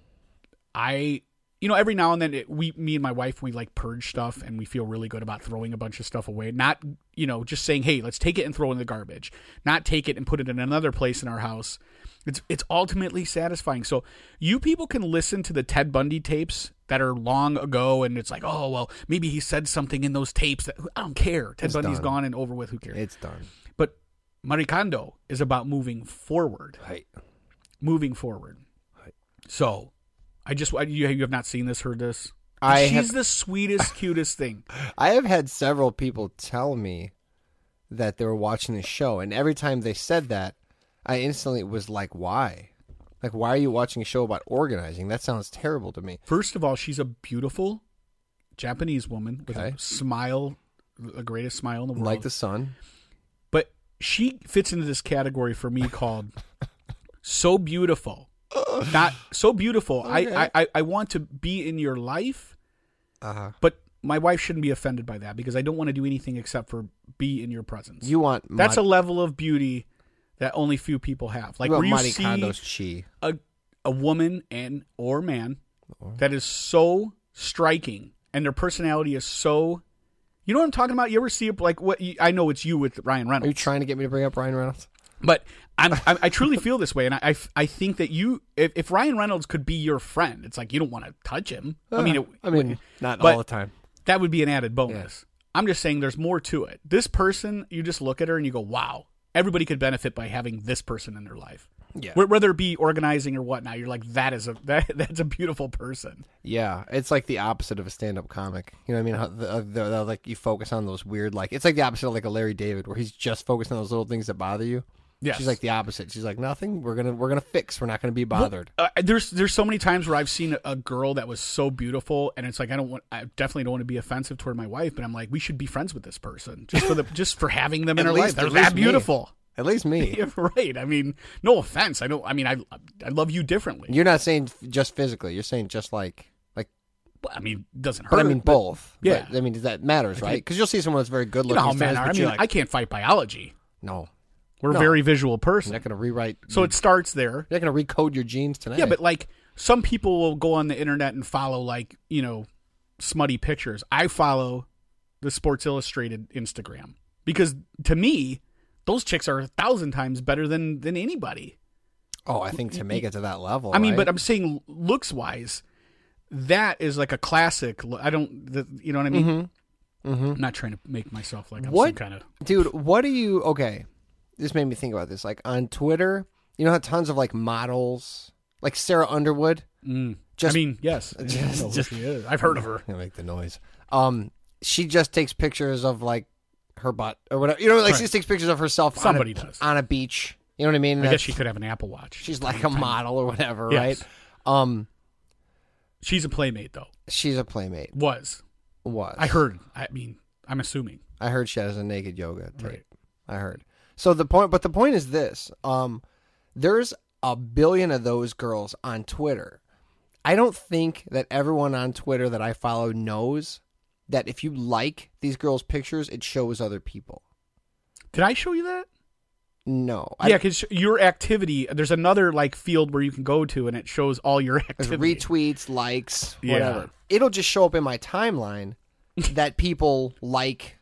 I, you know, every now and then it, we, me and my wife, we like purge stuff, and we feel really good about throwing a bunch of stuff away. Not, you know, just saying, hey, let's take it and throw it in the garbage. Not take it and put it in another place in our house. It's it's ultimately satisfying. So you people can listen to the Ted Bundy tapes that are long ago, and it's like, oh well, maybe he said something in those tapes that I don't care. Ted It's Bundy's done. gone and over with. Who cares? It's done. but Maricando is about moving forward. Right. Moving forward. So, I just I- you you have not seen this, heard this. I She's have, the sweetest, cutest thing. I have had several people tell me that they were watching the show, and every time they said that, I instantly was like, "Why? Like, why are you watching a show about organizing? That sounds terrible to me." First of all, she's a beautiful Japanese woman with Okay. a smile, the greatest smile in the world. Like the sun. but she fits into this category for me called so beautiful not so beautiful I, I- I i want to be in your life Uh, but my wife shouldn't be offended by that because i don't want to do anything except for be in your presence you want that's a level of beauty that only few people have like you where want you Monte see Kondo's chi. a, a woman and or man that is so striking and their personality is so you know what i'm talking about you ever see it like what i know it's you with ryan reynolds Are you trying to get me to bring up Ryan Reynolds? But I'm, I'm, I truly feel this way, and I, I, I think that you, if, if Ryan Reynolds could be your friend, it's like you don't want to touch him. I mean, it, Uh, I mean, not but- all the time. that would be an added bonus. I'm just saying, there's more to it. This person, you just look at her and you go, "Wow, everybody could benefit by having this person in their life." Yeah. Wh- Whether it be organizing or whatnot, you're like, "That is a that, that's a beautiful person." Yeah, it's like the opposite of a stand-up comic. You know what I mean? How the, uh, the, the, like you focus on those weird, like it's like the opposite of like a Larry David, where he's just focused on those little things that bother you. Yes. she's like the opposite. She's like nothing. We're gonna we're gonna fix. We're not gonna be bothered. Uh, there's there's so many times where I've seen a girl that was so beautiful, and it's like I don't want, I definitely don't want to be offensive toward my wife, but I'm like, we should be friends with this person just for the just for having them in At our life. least- They're at that least me. beautiful, At least me. yeah, right? I mean, no offense. I don't. I mean, I I love you differently. You're not saying f- just physically. You're saying just like like. But, I mean, it doesn't hurt. But I mean both. yeah. But, I mean that matters, right? Because you'll see someone that's very good you looking. know how men sometimes, are. I but mean, you're like, I can't fight biology. no, We're No. a very visual you're person, not gonna rewrite. so it starts there. you're not gonna recode your genes tonight. Yeah, but like some people will go on the internet and follow like, you know, smutty pictures. I follow the Sports Illustrated Instagram because to me, those chicks are a thousand times better than than anybody. oh, I think to make it to that level. I mean, right? but I'm saying looks wise, that is like a classic. lo- I don't, the, you know what I mean? I'm not trying to make myself like I'm Mm-hmm. What? some kind of dude what do you okay this made me think about this like on twitter you know how tons of like models like sarah underwood Mm. Just- I mean, yes, I just- know who just- she is. I've heard of her. i make the noise um she just takes pictures of like her butt or whatever you know like she Right. just takes pictures of herself Somebody on a, does. on a beach you know what i mean I guess she could have an Apple Watch. she's like a model or whatever Yes. right um She's a playmate though. she's a playmate Was was I heard? I mean, I'm assuming. i heard she has a naked yoga tape. Right. I heard. So the point, but the point is this: um, there's a billion of those girls on Twitter. I don't think that everyone on Twitter that I follow knows that if you like these girls' pictures, it shows other people. Did I show you that? No, Yeah, I, because your activity. There's another like field where you can go to, and it shows all your there's activity. retweets, likes, Yeah. whatever. It'll just show up in my timeline that people like.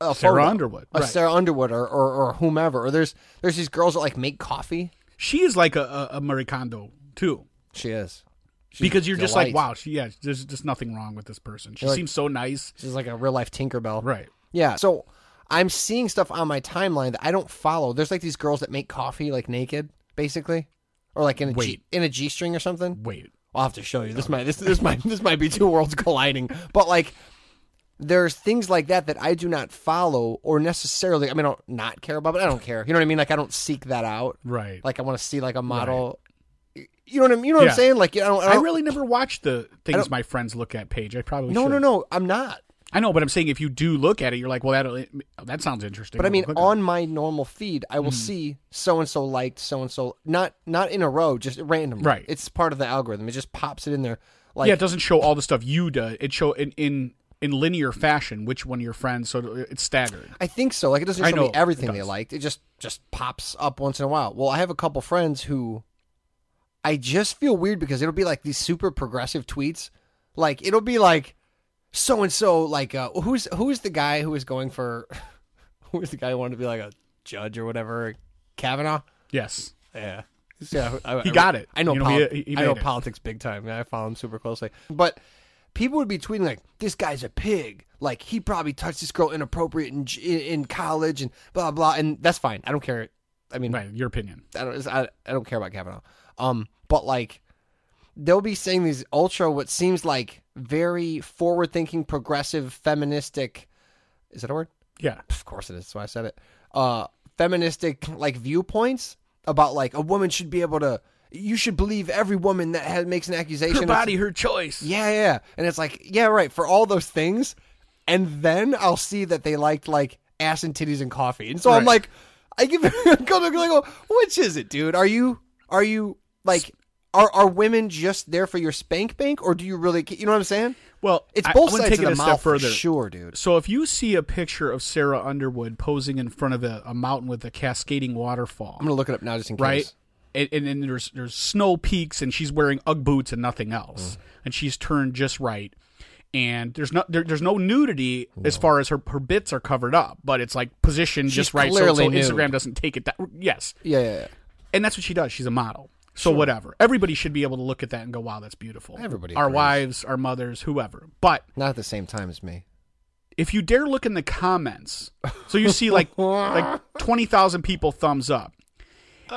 A Sarah photo. Underwood, a right. Sarah Underwood, or, or or whomever, or there's there's these girls that like make coffee. She is like a, a, a Marie Kondo too, She is She's because you're just like, delight. wow, she, yeah, there's just nothing wrong with this person. She You're like- seems so nice, She's like a real life Tinkerbell. right? Yeah. So I'm seeing stuff on my timeline that I don't follow. There's like these girls that make coffee like naked, basically. Or like in a G, Wait. in a G string or something. Wait, I'll have to show you. This might this this might this might be two worlds colliding. But like there's things like that that I do not follow or necessarily I mean I don't not care about, but I don't care. You know what I mean? Like I don't seek that out. right? Like I want to see like a model You know what I mean? You know what Yeah. I'm saying? Like I don't, I I don't really never watched the things oh. don't- my friends look at page. I probably No, should. no, no. I'm not. I know, but I'm saying if you do look at it, you're like, well, that oh, that sounds interesting. But I mean, Look at it. on my normal feed, I Hmm. will see so and so liked so and so, not not in a row, just randomly. Right. It's part of the algorithm. It just pops it in there. Like yeah, it doesn't show all the stuff you do. It show in in in linear fashion which one of your friends. So it's staggered. I think so. Like it doesn't I show know me it everything they does. liked. It just just pops up once in a while. Well, I have a couple friends who I just feel weird because it'll be like these super progressive tweets. Like it'll be like so and so like uh, who's who's the guy who was going for who was the guy who wanted to be like a judge or whatever Kavanaugh. Yes. Yeah. Yeah, I, He I- got it. I know. You know, poli- he- he I know made it. politics big time. Yeah, I follow him super closely. But people would be tweeting like, "This guy's a pig. Like he probably touched this girl inappropriate in j- in, in college and blah blah." And that's fine. I don't care. I mean, Right. Your opinion. I don't. I, I don't care about Kavanaugh. Um, but like they'll be saying these ultra what seems like very forward thinking, progressive, feministic is that a word? Yeah. Of course it is, that's why I said it. Uh feministic like viewpoints about like a woman should be able to you should believe every woman that has, makes an accusation. Her It's- body, her choice. yeah, yeah. And it's like, yeah, right, for all those things. And then I'll see that they liked like ass and titties and coffee. And so I'm Right. like, I give I go, I go, which is it, dude? Are you are you like are are women just there for your spank bank or do you really ca- you know what I'm saying? Well, It's I- both I wanna sides take of the it a mouth step for further. sure, dude. So if you see a picture of Sarah Underwood posing in front of a, a mountain with a cascading waterfall, I'm gonna look it up now just in case. right? And, and then there's there's snow peaks, and she's wearing UGG boots and nothing Mm. else, and she's turned just right. And there's no there, there's no nudity as far as her, her bits are covered up, but it's like positioned just right, so, so clearly nude. Instagram doesn't take it that yes, Yeah, yeah, yeah. and that's what she does. She's a model, so whatever. Everybody should be able to look at that and go, wow, that's beautiful. Everybody our agrees. wives, our mothers, whoever. But Not at the same time as me. if you dare look in the comments, so you see like like twenty thousand people thumbs up,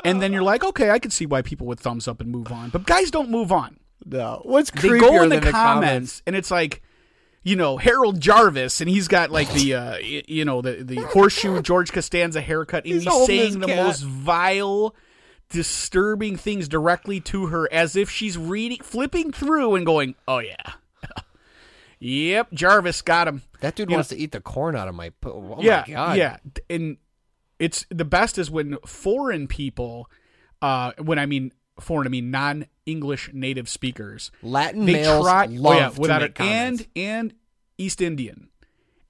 and then you're like, okay, I can see why people would thumbs up and move on, but guys don't move on. No. What's They creepier go in the, than the comments? comments, and it's like, you know, Harold Jarvis, and he's got like the uh, y- you know the the horseshoe George Costanza haircut, and he's, He's holding his saying the cat. most vile. Disturbing things directly to her as if she's reading, flipping through, and going, "Oh yeah, yep, Jarvis got him." That dude You wants to eat the corn out of my po- oh yeah, my god. yeah. And it's the best is when foreign people, uh, when I mean foreign, I mean non-English native speakers, Latin they males try, love oh yeah, to without make it, comments. Ah. and and East Indian,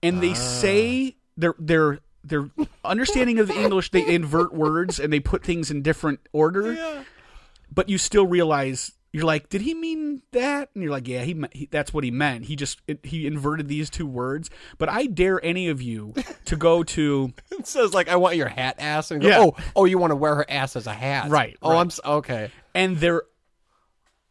and they say their their their understanding of English, they invert words and they put things in different order, but you still realize. You're like, did he mean that? And you're like, yeah, he, me- he that's what he meant. He just it, he inverted these two words. But I dare any of you to go to It says like I want your hat ass and go, Yeah. oh oh you want to wear her ass as a hat. Right, Oh right. I'm s- okay. and they're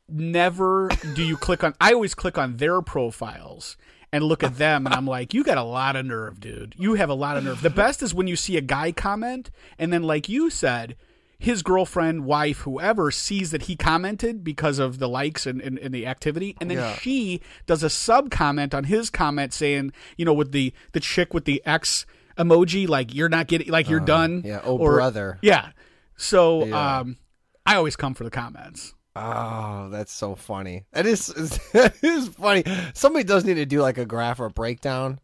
never do you click on I always click on their profiles and look at them and I'm like, you got a lot of nerve, dude. You have a lot of nerve. The best is when you see a guy comment and then like you said, his girlfriend, wife, whoever sees that he commented because of the likes and, and, and the activity, and then Yeah. she does a sub comment on his comment saying, you know, with the the chick with the X emoji, like you're not getting like you're done. yeah, oh, or- brother. Yeah. So um I always come for the comments. Oh, that's so funny. That is that is funny. Somebody does need to do like a graph or a breakdown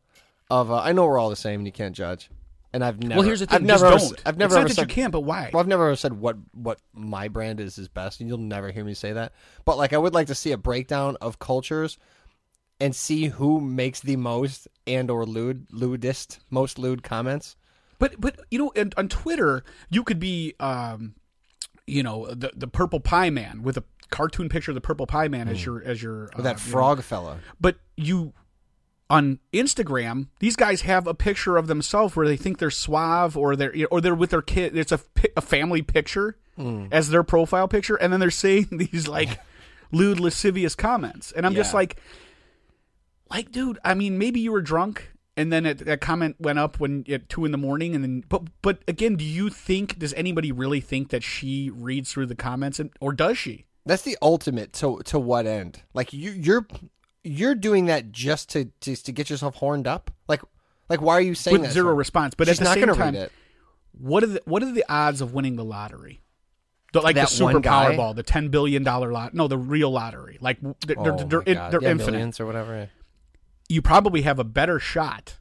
of. Uh, I know we're all the same and you can't judge. And I've never. Well, here's the thing. I've never. just ever, don't. I've never It's not ever that said, you can, but why? Well, I've never ever said what what my brand is is best, and you'll never hear me say that. But like, I would like to see a breakdown of cultures and see who makes the most and or lewd lewdest most lewd comments. But but you know, and on Twitter, you could be, um, you know, the the purple pie man with a cartoon picture of the purple pie man as your as your uh, Or Hmm. that you know. frog fella. but you on Instagram, these guys have a picture of themselves where they think they're suave or they're or they're with their kid. It's a pi- a family picture Mm. as their profile picture, and then they're saying these like lewd, lascivious comments, and I'm just Yeah. like, like, dude. I mean, maybe you were drunk. And then it, that comment went up when at two in the morning, and then but but again, do you think does anybody really think that she reads through the comments, and, or does she? That's the ultimate to to what end? Like you you're you're doing that just to just to get yourself horned up? Like like why are you saying With that? zero for? response, but at She's the not same gonna time, read it. what are the what are the odds of winning the lottery? The, like That the super one guy? Powerball, the ten billion dollar lot. No, the real lottery. Like w- they're Oh they're, they're, my God. they're yeah, infinite. millions or whatever. You probably have a better shot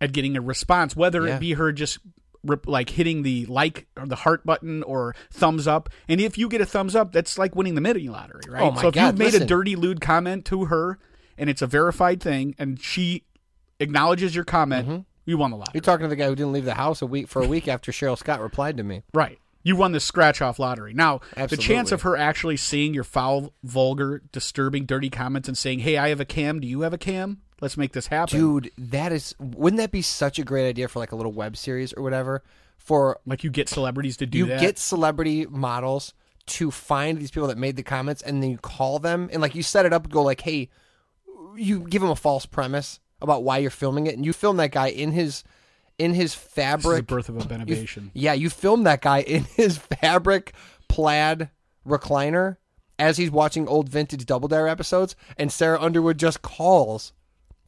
at getting a response, whether Yeah. it be her just rip, like hitting the like or the heart button or thumbs up. And if you get a thumbs up, that's like winning the mini lottery, right? Oh my so if God, you've made a listen. dirty lewd comment to her and it's a verified thing, and she acknowledges your comment, Mm-hmm. you won the lottery. You're talking to the guy who didn't leave the house a week for a week after Cheryl Scott replied to me. Right. You won the scratch off lottery. Now, the Absolutely. chance of her actually seeing your foul, vulgar, disturbing, dirty comments and saying, hey, I have a cam. Do you have a cam? Let's make this happen. Dude, that is wouldn't that be such a great idea for like a little web series or whatever? For Like you get celebrities to do you that. get celebrity models to find these people that made the comments and then you call them and like you set it up and go like, "Hey, you give him a false premise about why you're filming it and you film that guy in his in his this is the fabric birth of a renovation. yeah, you filmed that guy in his fabric plaid recliner as he's watching old vintage Double Dare episodes, and Sarah Underwood just calls,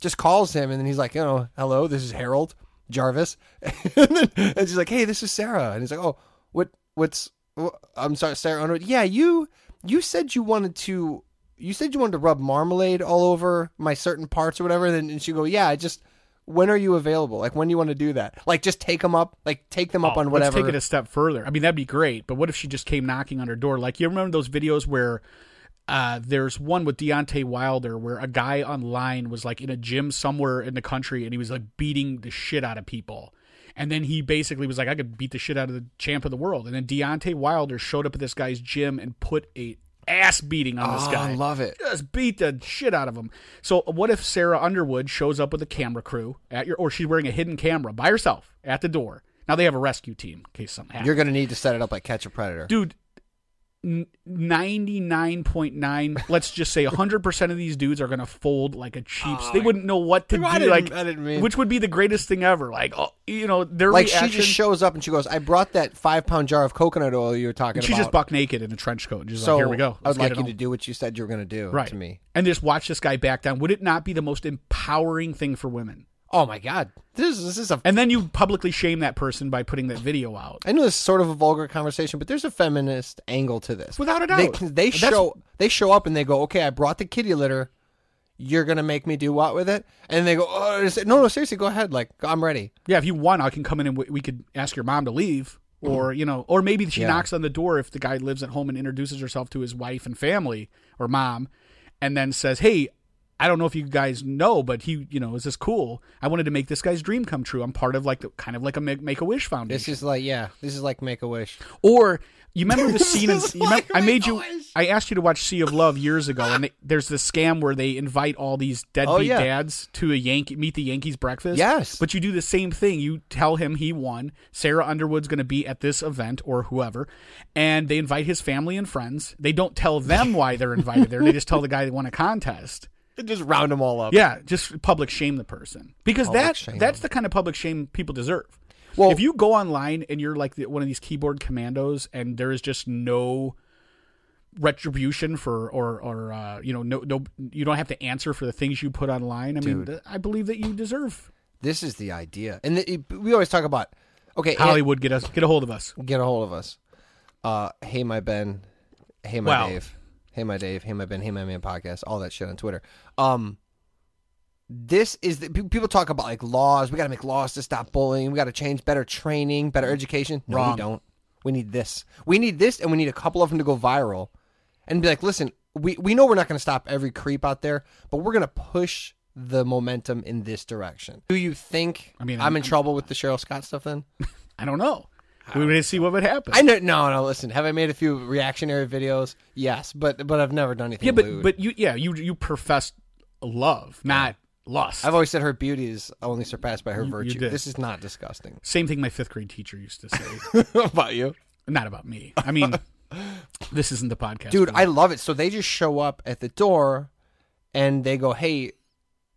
just calls him, and then he's like, you know, hello, this is Harold Jarvis, and, then, and she's like, hey, this is Sarah, and he's like, oh, what, what's, wh- I'm sorry, Sarah Underwood, yeah, you, you said you wanted to, you said you wanted to rub marmalade all over my certain parts or whatever, and then and she go, yeah, I just. When are you available? Like, when do you want to do that? Like, just take them up. Like, take them up on Oh, Let's whatever. take it a step further. I mean, that'd be great. But what if she just came knocking on her door? Like you remember those videos where uh, there's one with Deontay Wilder where a guy online was like in a gym somewhere in the country and he was like beating the shit out of people. And then he basically was like, I could beat the shit out of the champ of the world. And then Deontay Wilder showed up at this guy's gym and put a ass beating on this Oh, guy. I love it. just beat the shit out of him. So what if Sarah Underwood shows up with a camera crew at your, or she's wearing a hidden camera by herself at the door. Now they have a rescue team in case something happens. You're gonna need to set it up like Catch a Predator. Dude, ninety nine point nine. Let's just say hundred percent of these dudes are gonna fold like a cheap. they wouldn't know what to do. Oh, I didn't- like, I didn't mean- which would be the greatest thing ever. Like, oh, you know, their like reaction. she just shows up and she goes, "I brought that five pound jar of coconut oil you were talking she's about." just buck naked in a trench coat. And she's so like, here we go. I would Let's get like it you on." to do what you said you were gonna do right. to me. and just watch this guy back down. Would it not be the most empowering thing for women? Oh my god, this this is a. And then you publicly shame that person by putting that video out. I know this is sort of a vulgar conversation, but there's a feminist angle to this, Without a They doubt. can- they That's- show they show up and they go, "Okay, I brought the kitty litter. You're gonna make me do what with it?" And they go, "Oh, is it- no, no, seriously, go ahead. Like I'm ready." Yeah, if you want, I can come in and we, we could ask your mom to leave, or you know, or maybe she Yeah. knocks on the door if the guy lives at home and introduces herself to his wife and family or mom, and then says, "Hey, I don't know if you guys know, but he, you know, is this cool? I wanted to make this guy's dream come true. I'm part of like the kind of like a Make a Wish Foundation." This is like yeah, this is like Make a Wish. Or you remember the scene? In, This is you remember, why I we made you. always- I asked you to watch Sea of Love years ago, and they, there's this scam where they invite all these deadbeat Oh, yeah. dads to a Yankee meet the Yankees breakfast. Yes. but you do the same thing. You tell him he won. Sarah Underwood's going to be at this event or whoever, and they invite his family and friends. They don't tell them why they're invited there. They just tell the guy they won a contest. Just round them all up. Yeah, just public shame the person because Public that shame. that's the kind of public shame people deserve. Well- if you go online and you're like the, one of these keyboard commandos, and there is just no retribution for or or uh, you know no no you don't have to answer for the things you put online. I mean, th- I believe that you deserve This is the idea, and the, we always talk about. Okay, Aunt- Hollywood. Get us get a hold of us. get a hold of us. Uh, hey, my Ben. Hey, my Wow. Dave. Hey, my Dave. Hey, my Ben. Hey, my man podcast. All that shit on Twitter. Um, this is the, pe- people talk about like laws. We got to make laws to stop bullying. We got to change better training, better education. No, Wrong. we don't. We need this. We need this, and we need a couple of them to go viral, and be like, listen, we we know we're not going to stop every creep out there, but we're going to push the momentum in this direction. Do you think? I mean, mean, I'm, in trouble with the Cheryl Scott stuff then. I don't know. We would see what would happen. I know. No, no. Listen, have I made a few reactionary videos? Yes, but but I've never done anything. yeah, but lewd. but you yeah you you professed love, not lust. I've always said her beauty is only surpassed by her virtue. did. This is not disgusting. Same thing my fifth grade teacher used to say. about you, not about me. I mean, this isn't the podcast, dude. I love it. So they just show up at the door, and they go, "Hey,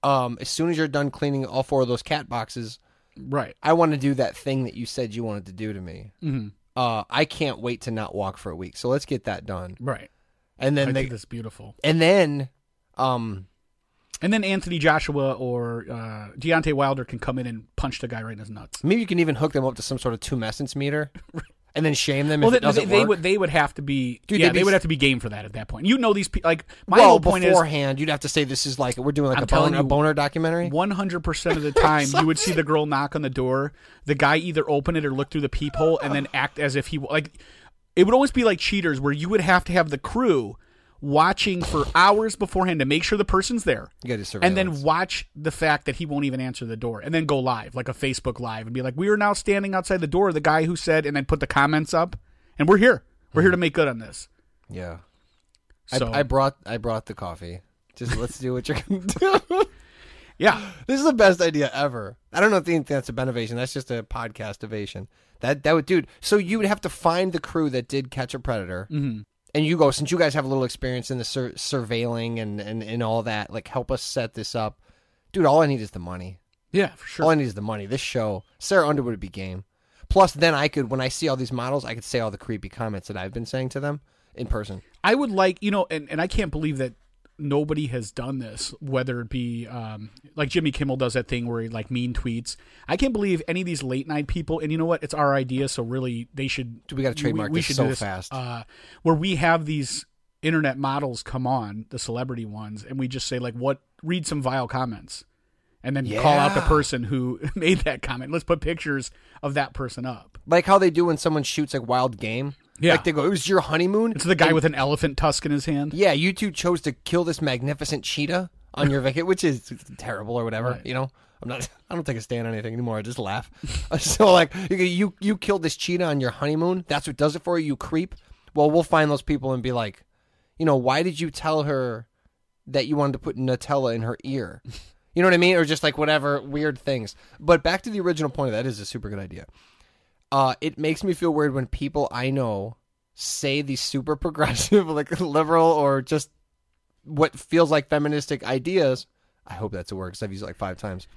um, as soon as you're done cleaning all four of those cat boxes, Right. I want to do that thing that you said you wanted to do to me. Mm-hmm. Uh, I can't wait to not walk for a week. So let's get that done." Right. And then I they, think that's beautiful. and then, um, And then Anthony Joshua or uh, Deontay Wilder can come in and punch the guy right in his nuts. Maybe you can even hook them up to some sort of tumescence meter, and then shame them Well, if they, it doesn't they, they work. would they would have to be Dude, yeah they'd be they would s- have to be game for that at that point. You know these people like my well, whole point is beforehand, you'd have to say this is like we're doing like I'm a, telling boner, you- a boner documentary. one hundred percent of the time you would see the girl knock on the door, the guy either open it or look through the peephole and then act as if he like it would always be like cheaters where you would have to have the crew watching for hours beforehand to make sure the person's there. You gotta do and then surveillance. watch the fact that he won't even answer the door and then go live like a facebook live and be like we are now standing outside the door of the guy who said and then put the comments up and we're here we're here to make good on this yeah, so Mm-hmm. I, I brought I brought the coffee. Just let's do what you're gonna do. yeah this is the best idea ever. I don't know if you think that's a benovation. That's just a podcast ovation. That that would, dude. So you would have to find the crew that did catch a predator, Mm-hmm. and you go since you guys have a little experience in the sur- surveilling and, and and all that. Like, help us set this up, dude. All I need is the money. yeah for sure All I need is the money. This show, Sarah Underwood would be game. Plus, then I could, when I see all these models, I could say all the creepy comments that I've been saying to them in person. I would like, you know, and, and I can't believe that nobody has done this, whether it be um, like Jimmy Kimmel does that thing where he like mean tweets. I can't believe any of these late night people, and you know what? It's our idea, so really they should. Dude, we gotta trademark this so fast. Uh, where we have these internet models come on, the celebrity ones, and we just say, like, what, read some vile comments. And then call out the Yeah. person who made that comment. Let's put pictures of that person up. Like how they do when someone shoots like wild game. Yeah. Like they go, it was your honeymoon. It's the guy with an elephant tusk in his hand. yeah, you two chose to kill this magnificent cheetah on your vacation, which is terrible or whatever. You know, I'm not. I don't take a stand on anything anymore. I just laugh. so like, you, you you killed this cheetah on your honeymoon. That's what does it for you. You creep. Well, we'll find those people and be like, you know, why did you tell her that you wanted to put Nutella in her ear? You know what I mean? Or just like whatever weird things. But back to the original point. That is a super good idea. Uh, it makes me feel weird when people I know say these super progressive, like liberal, or just what feels like feministic ideas. I hope that's a word because I've used it like five times.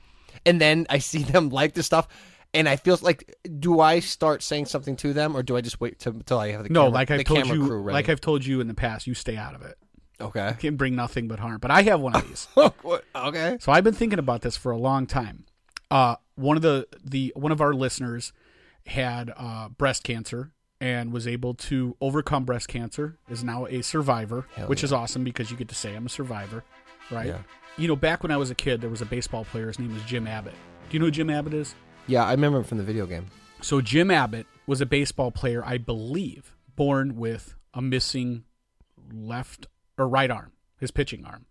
And then I see them like this stuff, and I feel like, do I start saying something to them, or do I just wait till, till I have the No, camera, like the I've told camera you, crew ready? like I've told you in the past, you stay out of it. okay, Can bring nothing but harm. But I have one of these. What? okay, so I've been thinking about this for a long time. Uh, one of the the one of our listeners had uh, breast cancer and was able to overcome breast cancer. Is now a survivor, Hell which yeah. is awesome because you get to say I'm a survivor, right? Yeah. You know, back when I was a kid, there was a baseball player. His name was Jim Abbott. Do you know who Jim Abbott is? yeah, I remember him from the video game. So Jim Abbott was a baseball player, I believe, born with a missing left or right arm, his pitching arm.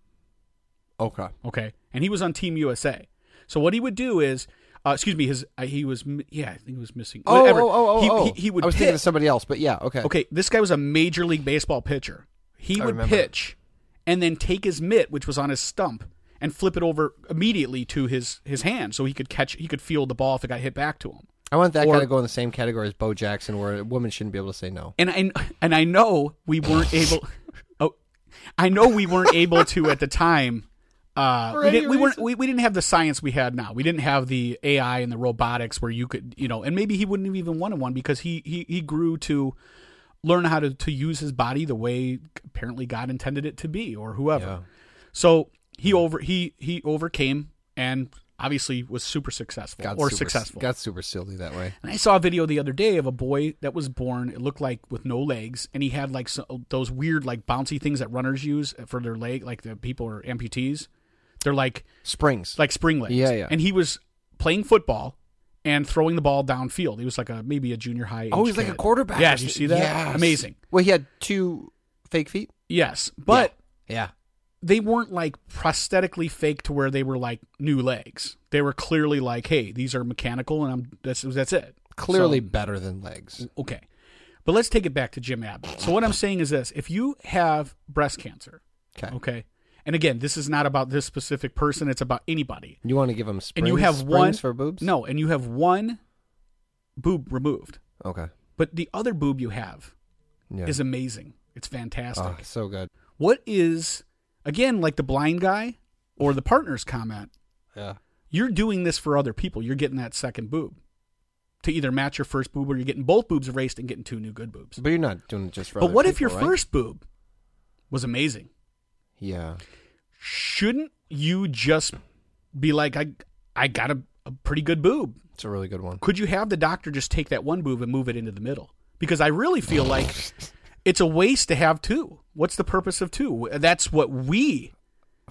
Okay, Okay, and he was on Team USA. So what he would do is, uh, excuse me, his uh, he was mi- yeah, I think he was missing. oh, whatever. oh, oh, oh, he, oh. He, he would I was pitch. thinking of somebody else, but yeah, okay, Okay, this guy was a major league baseball pitcher. He I would remember. pitch and then take his mitt, which was on his stump, and flip it over immediately to his his hand, so he could catch, he could field the ball if it got hit back to him. I want that Or- guy to go in the same category as Bo Jackson, where a woman shouldn't be able to say no. and I and I know we weren't able. Oh, I know we weren't able to at the time. Uh, For we any didn't. We weren't. reason. We, we didn't have the science we had now. We didn't have the AI and the robotics where you could, you know, and maybe he wouldn't have even wanted one because he he he grew to learn how to to use his body the way apparently God intended it to be, or whoever. Yeah. So he over he he overcame and obviously was super successful Got or super, successful. Got super silly that way. And I saw a video the other day of a boy that was born. It looked like with no legs, and he had like so, those weird like bouncy things that runners use for their leg, like the people who are amputees. They're like Springs. like spring legs. Yeah, yeah. And he was playing football and throwing the ball downfield. He was like a maybe a junior high. oh, age he's like a kid. quarterback. Yeah, or did you something. see that? Yes. Amazing. Well, he had two fake feet. Yes, but Yeah. they weren't like prosthetically fake to where they were like new legs. They were clearly like, hey, these are mechanical, and I'm that's that's it. Clearly So- better than legs. Okay. But let's take it back to Jim Abbott. So what I'm saying is this, if you have breast cancer, Okay. okay? And again, this is not about this specific person, it's about anybody. You want to give him springs? And you have springs one for boobs? No, and you have one boob removed. Okay. But the other boob you have Yeah. is amazing. It's fantastic. Oh, so good. What is again like the blind guy or the partner's comment, Yeah. you're doing this for other people. You're getting that second boob to either match your first boob or you're getting both boobs erased and getting two new good boobs. But you're not doing it just for. But other what if your people, right? first boob was amazing? Yeah. Shouldn't you just be like, I, I got a, a pretty good boob? It's a really good one. Could you have the doctor just take that one boob and move it into the middle? Because I really feel like it's a waste to have two. What's the purpose of two? That's what we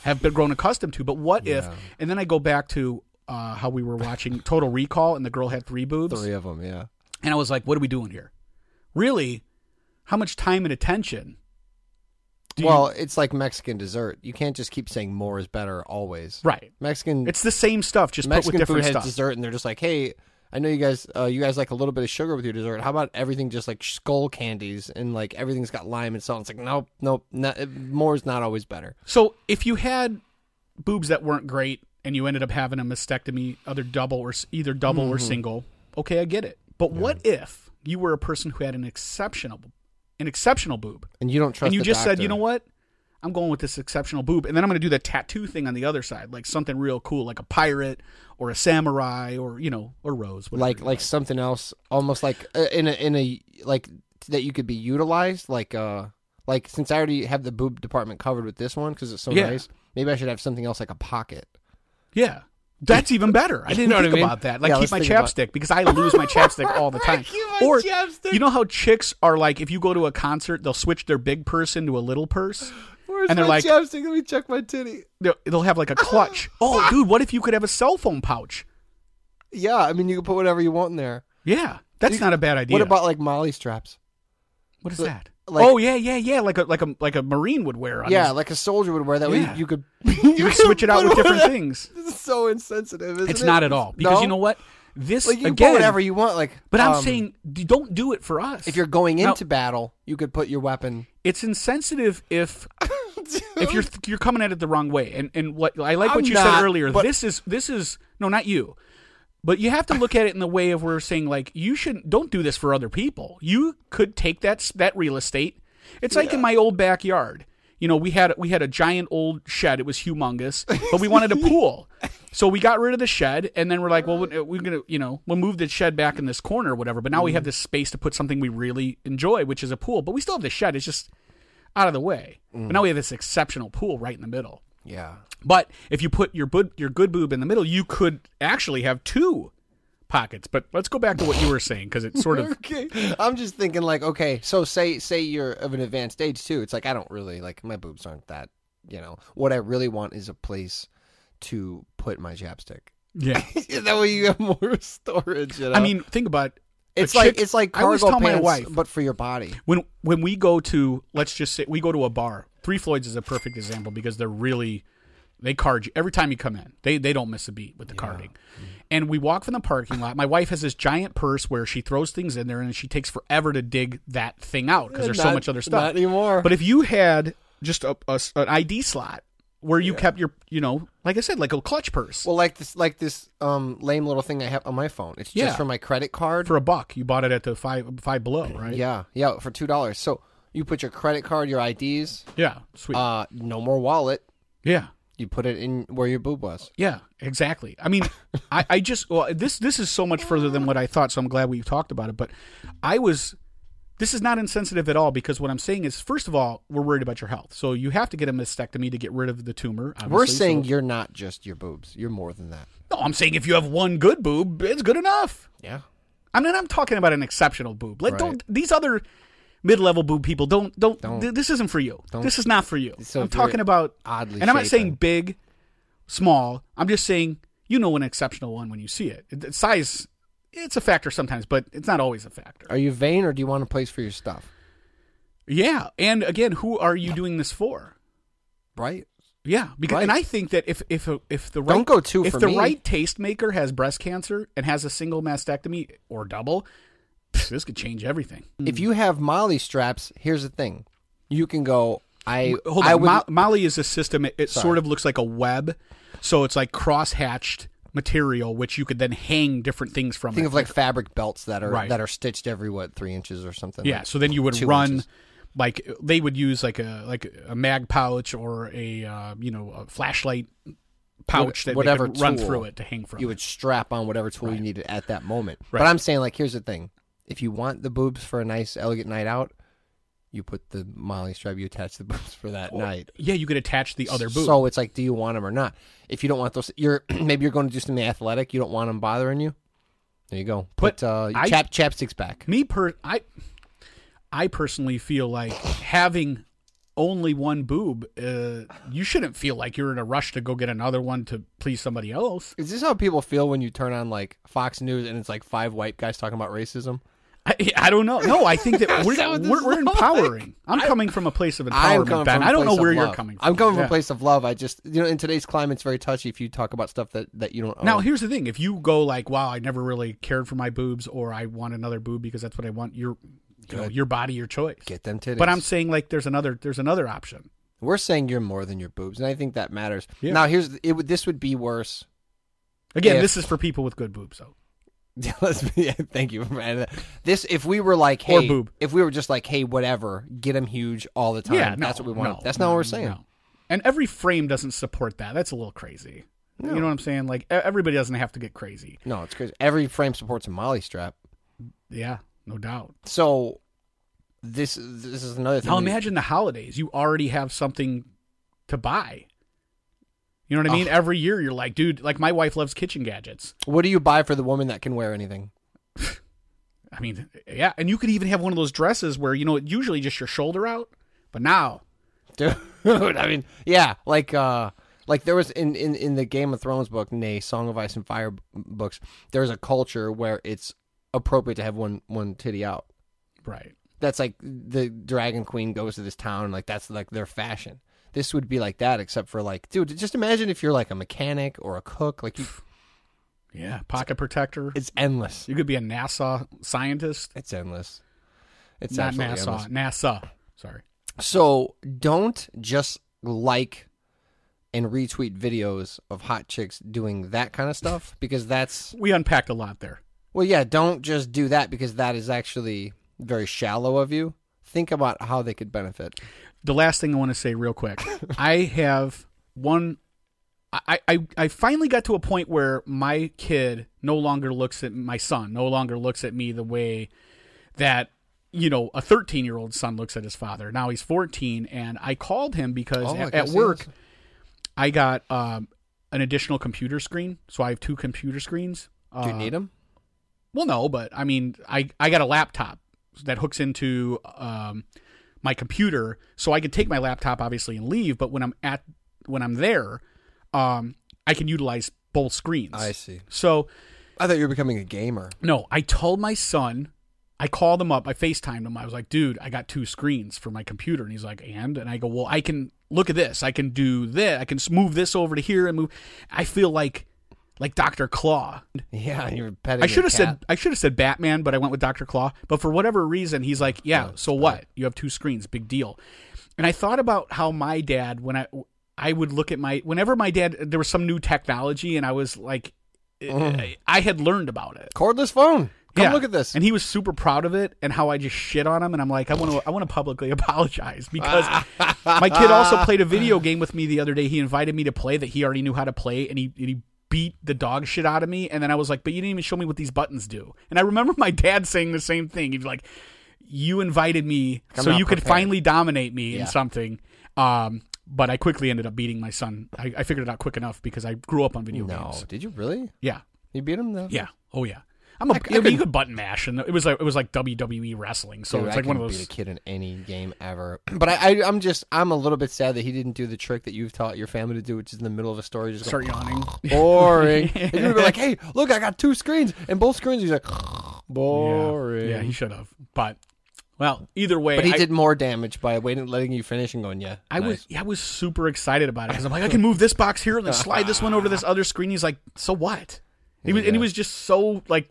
have been grown accustomed to. But what if? Yeah. And then I go back to uh, how we were watching Total Recall, and the girl had three boobs. Three of them. Yeah. And I was like, what are we doing here? Really, how much time and attention? do you- well, it's like Mexican dessert. You can't just keep saying more is better always. right. Mexican. It's the same stuff, just put Mexican with food different has stuff. dessert, and they're just like, "Hey, I know you guys, uh, you guys like a little bit of sugar with your dessert. How about everything just like skull candies and like everything's got lime and salt?" It's like, nope, nope, no, more is not always better. So if you had boobs that weren't great and you ended up having a mastectomy, other double or s- either double Mm-hmm. or single, okay, I get it. But what if you were a person who had an exceptional, an exceptional boob, And you don't trust. and you the just said, doctor. you know what? I'm going with this exceptional boob, and then I'm going to do the tattoo thing on the other side, like something real cool, like a pirate or a samurai or you know or rose, whatever. Like like something else, almost like uh, in a in a like that you could be utilized, like uh Like since I already have the boob department covered with this one because it's so Yeah. nice, maybe I should have something else like a pocket. Yeah. That's even better. I didn't know what think I mean? about that. Like Yeah, keep let's my think about- chapstick because I lose my chapstick all the time. Keep my or chapstick. you know how chicks are like if you go to a concert, they'll switch their big purse into a little purse. Where's And they're my like- chapstick? Let me check my titty. They'll, they'll have like a clutch. oh, dude, what if you could have a cell phone pouch? Yeah, I mean you can put whatever you want in there. Yeah. That's not a bad idea. What about like Molly straps? What is like- that? like- oh yeah, yeah, yeah, like a like a like a marine would wear on Yeah, his- like a soldier would wear that. way Yeah. you, you could you could switch it out with different things. This is so insensitive. Isn't It's it? not at all because No? you know what? This Like you can again, put whatever you want. Like, but I'm um, saying d- don't do it for us. if you're going Now- into battle, you could put your weapon. it's insensitive if if you're you're coming at it the wrong way and and what I like what I'm you not, said earlier but- this is this is no not you but you have to look at it in the way of we're saying like you shouldn't don't do this for other people you could take that s- that real estate it's like in my old backyard you know we had we had a giant old shed it was humongous but we wanted a pool so we got rid of the shed and then we're like well we're we're gonna you know we'll move the shed back in this corner or whatever but now we have this space to put something we really enjoy which is a pool but we still have the shed it's just out of the way. But now we have this exceptional pool right in the middle. yeah, But if you put your bud, your good boob in the middle, you could actually have two pockets. But let's go back to what you were saying because it sort of okay. I'm just thinking like, okay, so say say you're of an advanced age too. It's like I don't really like my boobs aren't that. You know what I really want is a place to put my chapstick. yeah. that way you have more storage. You know? I mean, think about it. a it's like chick- it's like I always cargo tell my pants, wife- but for your body. when when we go to let's just say we go to a bar. Three Floyds is a perfect example because they're really they card you every time you come in. They they don't miss a beat with the carding. And we walk from the parking lot. My wife has this giant purse where she throws things in there, and she takes forever to dig that thing out because there's so Uh, Not- much other stuff. Not anymore. But if you had just a, a s- an ID slot where you kept your, you know, like I said, like a clutch purse Well, like this, like this um, lame little thing I have on my phone. It's Yeah. just for my credit card. for a buck, you bought it at the five five below, right? yeah, yeah, for two dollars. So you put your credit card, your IDs, yeah, sweet. uh, no more wallet. yeah, You put it in where your boob was. yeah, exactly. I mean, I, I just well, this this is so much further than what I thought, so I'm glad we talked about it. But I was. This is not insensitive at all because what I'm saying is, first of all, we're worried about your health, so you have to get a mastectomy to get rid of the tumor. Obviously. We're so- saying you're not just your boobs. You're more than that. no. I'm saying if you have one good boob, it's good enough. Yeah. I mean, I'm talking about an exceptional boob. Like, Right. don't these other mid-level boob people don't don't. th- this isn't for you. This is not for you. So I'm if you're talking about oddly and I'm not shaped, saying then- big, small. I'm just saying you know an exceptional one when you see it. It- it- Size, it's a factor sometimes, but it's not always a factor. Are you vain or do you want a place for your stuff? Yeah, and again, who are you doing this for? Right. Yeah, because and Right. I think that if if if the right Don't go too if for the me. right tastemaker has breast cancer and has a single mastectomy or double, this could change everything. Hmm. If you have Molly straps, here's the thing. You can go. I hold I on. would, Mo- Molly is a system. It, it Sorry. sort of looks like a web, so it's like cross-hatched material, which you could then hang different things from. think it. of like fabric belts that are Right. that are stitched every what three inches or something. yeah. Like, So then you would two run. inches. Like they would use like a like a mag pouch or a uh, you know a flashlight pouch that whatever they could run tool through it to hang from. you it. would strap on whatever tool you needed at that moment. Right. But I'm saying, like, here's the thing: if you want the boobs for a nice, elegant night out, you put the Molly strap. You attach the boobs for that night. Yeah, you could attach the other boob. So it's like, do you want them or not? If you don't want those, you're maybe you're going to do something athletic. You don't want them bothering you. There you go. Put But uh, I- chap chapsticks back. me per I I personally feel like having only one boob, uh, you shouldn't feel like you're in a rush to go get another one to please somebody else. Is this how people feel when you turn on like Fox News and it's like five white guys talking about racism? I, I don't know. No, I think that we're, Is that what this we're, we're is like? empowering. I'm coming from a place of I'm empowerment, coming Ben. from a I don't know place of where you're love. coming from. I'm coming from Yeah. a place of love. I just, you know, in today's climate, it's very touchy if you talk about stuff that, that you don't own. Now, here's the thing: if you go like, "Wow, I never really cared for my boobs," or "I want another boob because that's what I want," your, you know, your body, your choice. Get them titties. But I'm saying like, there's another, there's another option. We're saying you're more than your boobs, and I think that matters. Yeah. Now, here's it. would- This would be worse. Again, If- this is for people with good boobs, though. Let's be, yeah, thank you. for adding that. This, if we were like, hey, Or boob. if we were just like, hey, whatever, get them huge all the time. Yeah, no, that's what we want. no, that's not no, what we're saying. no. And every frame doesn't support that. That's a little crazy. You know what I'm saying? Like e- everybody doesn't have to get crazy. No. it's crazy. Every frame supports a Molly strap. Yeah, no doubt. So, This this is another thing. Now we- imagine the holidays. You already have something to buy. You know what I mean? Every year you're like, dude, like my wife loves kitchen gadgets. What do you buy for the woman that can wear anything? I mean, yeah, and you could even have one of those dresses where you know it's usually just your shoulder out, but now Dude, I mean, yeah, like uh like there was in in in the Game of Thrones book, nay, Song of Ice and Fire b- books, there's a culture where it's appropriate to have one one titty out. right. That's like the dragon queen goes to this town and like that's like their fashion. This would be like that except for like dude, just imagine if you're like a mechanic or a cook, like you, Yeah, pocket protector. it's endless. You could be a NASA scientist, It's endless. It's not NASA. absolutely endless. NASA. Sorry. So don't just like and retweet videos of hot chicks doing that kind of stuff because that's We unpacked a lot there. well, yeah. Don't just do that because that is actually very shallow of you. Think about how they could benefit. the last thing I want to say real quick. I have one. I, I I finally got to a point where my kid no longer looks at my son, no longer looks at me the way that you know a 13 year old son looks at his father. Now he's 14, and I called him because Oh, I at, can at see work this. I got um, an additional computer screen, so I have two computer screens. Do you Uh, need them? well, no, but I mean, I I got a laptop that hooks into um, my computer, so I could take my laptop obviously and leave. But when I'm at when I'm there, um, I can utilize both screens. see. So I thought you were becoming a gamer. no, I told my son. I called him up. I FaceTimed him. I was like, dude, I got two screens for my computer. And he's like, and? And I go, well, I can look at this. I can do that. I can s- move this over to here and move. I feel like, like Dr. Claw. Yeah, you were petting. I your should have said cat. I should have said Batman, but I went with Doctor Claw. But for whatever reason, he's like, yeah. So what? You have two screens, big deal. And I thought about how my dad, when I I would look at my whenever my dad there was some new technology, and I was like, I, I had learned about it. cordless phone. Come Yeah. look at this. And he was super proud of it, and how I just shit on him. And I'm like, I want to I want to publicly apologize because my kid Ah. also played a video game with me the other day. He invited me to play that he already knew how to play, and he and he beat the dog shit out of me. And then I was like, but you didn't even show me what these buttons do. And I remember my dad saying the same thing. He'd be like, you invited me I'm so not you could prepared. finally dominate me Yeah. in something. Um, but I quickly ended up beating my son. I, I figured it out quick enough because I grew up on video no, games. did you really? Yeah, You beat him though. yeah. Oh yeah. I'm a, I I, c- I mean, you couldn't- could button mash, and it was like it was like WWE wrestling. So Dude, it's I like one of can those. beat a kid in any game ever. But I, I, I'm just, I'm a little bit sad that he didn't do the trick that you've taught your family to do, which is in the middle of a story, just Start go, yawning. boring. and you'd be like, "Hey, look, I got two screens, and both screens." He's like, boring. Yeah, he should have. But well, either way, but he I, did more damage by waiting, letting you finish and going, "Yeah." I nice." was yeah, I was super excited about it because I'm like, I can move this box here and then slide this one over this other screen. He's like, so what? He was and he was just so like,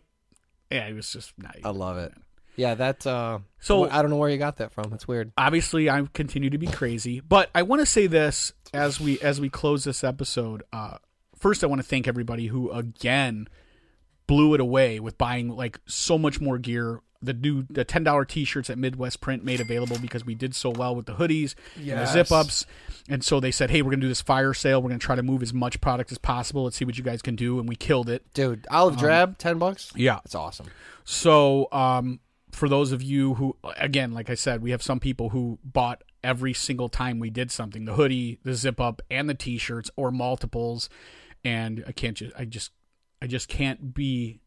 yeah, he was just nice. I love it. Yeah, that. Uh, So- so I don't know where you got that from. It's weird. Obviously, I continue to be crazy, but I want to say this as we as we close this episode. Uh, first, I want to thank everybody who again blew it away with buying like so much more gear. The new the ten dollar t shirts at Midwest Print made available because we did so well with the hoodies and the Yes. zip ups, and so they said, "Hey, we're gonna do this fire sale. We're gonna try to move as much product as possible. Let's see what you guys can do." And we killed it. Dude, Um, olive drab, ten bucks. Yeah, It's awesome. so, um, for those of you who, again, like I said, we have some people who bought every single time we did something the hoodie, the zip up, and the t shirts or multiples. And I can't just, I just, I just can't be,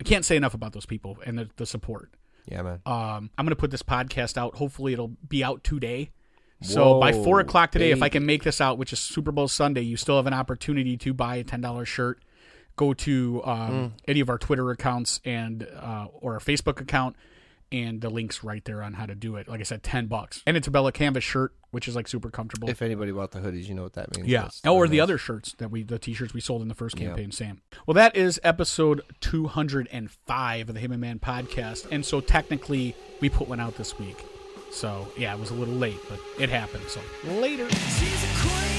I can't say enough about those people and the, the support. Yeah, man. Um, I'm going to put this podcast out. Hopefully, it'll be out today. So by Whoa, four o'clock today, if I baby. can make this out, which is Super Bowl Sunday, you still have an opportunity to buy a ten dollars shirt. Go to um, Hmm. any of our Twitter accounts and uh, or our Facebook account, and the links right there on how to do it. Like I said, ten bucks, and it's a Bella Canvas shirt, which is like super comfortable. If anybody bought the hoodies, you know what that means. yeah, It's- or the other shirts that we, the T-shirts we sold in the first Yeah. campaign, Sam. Well, that is episode 205 of the Him and Man podcast, and so technically we put one out this week. So yeah, it was a little late, but it happened. So later. She's a queen.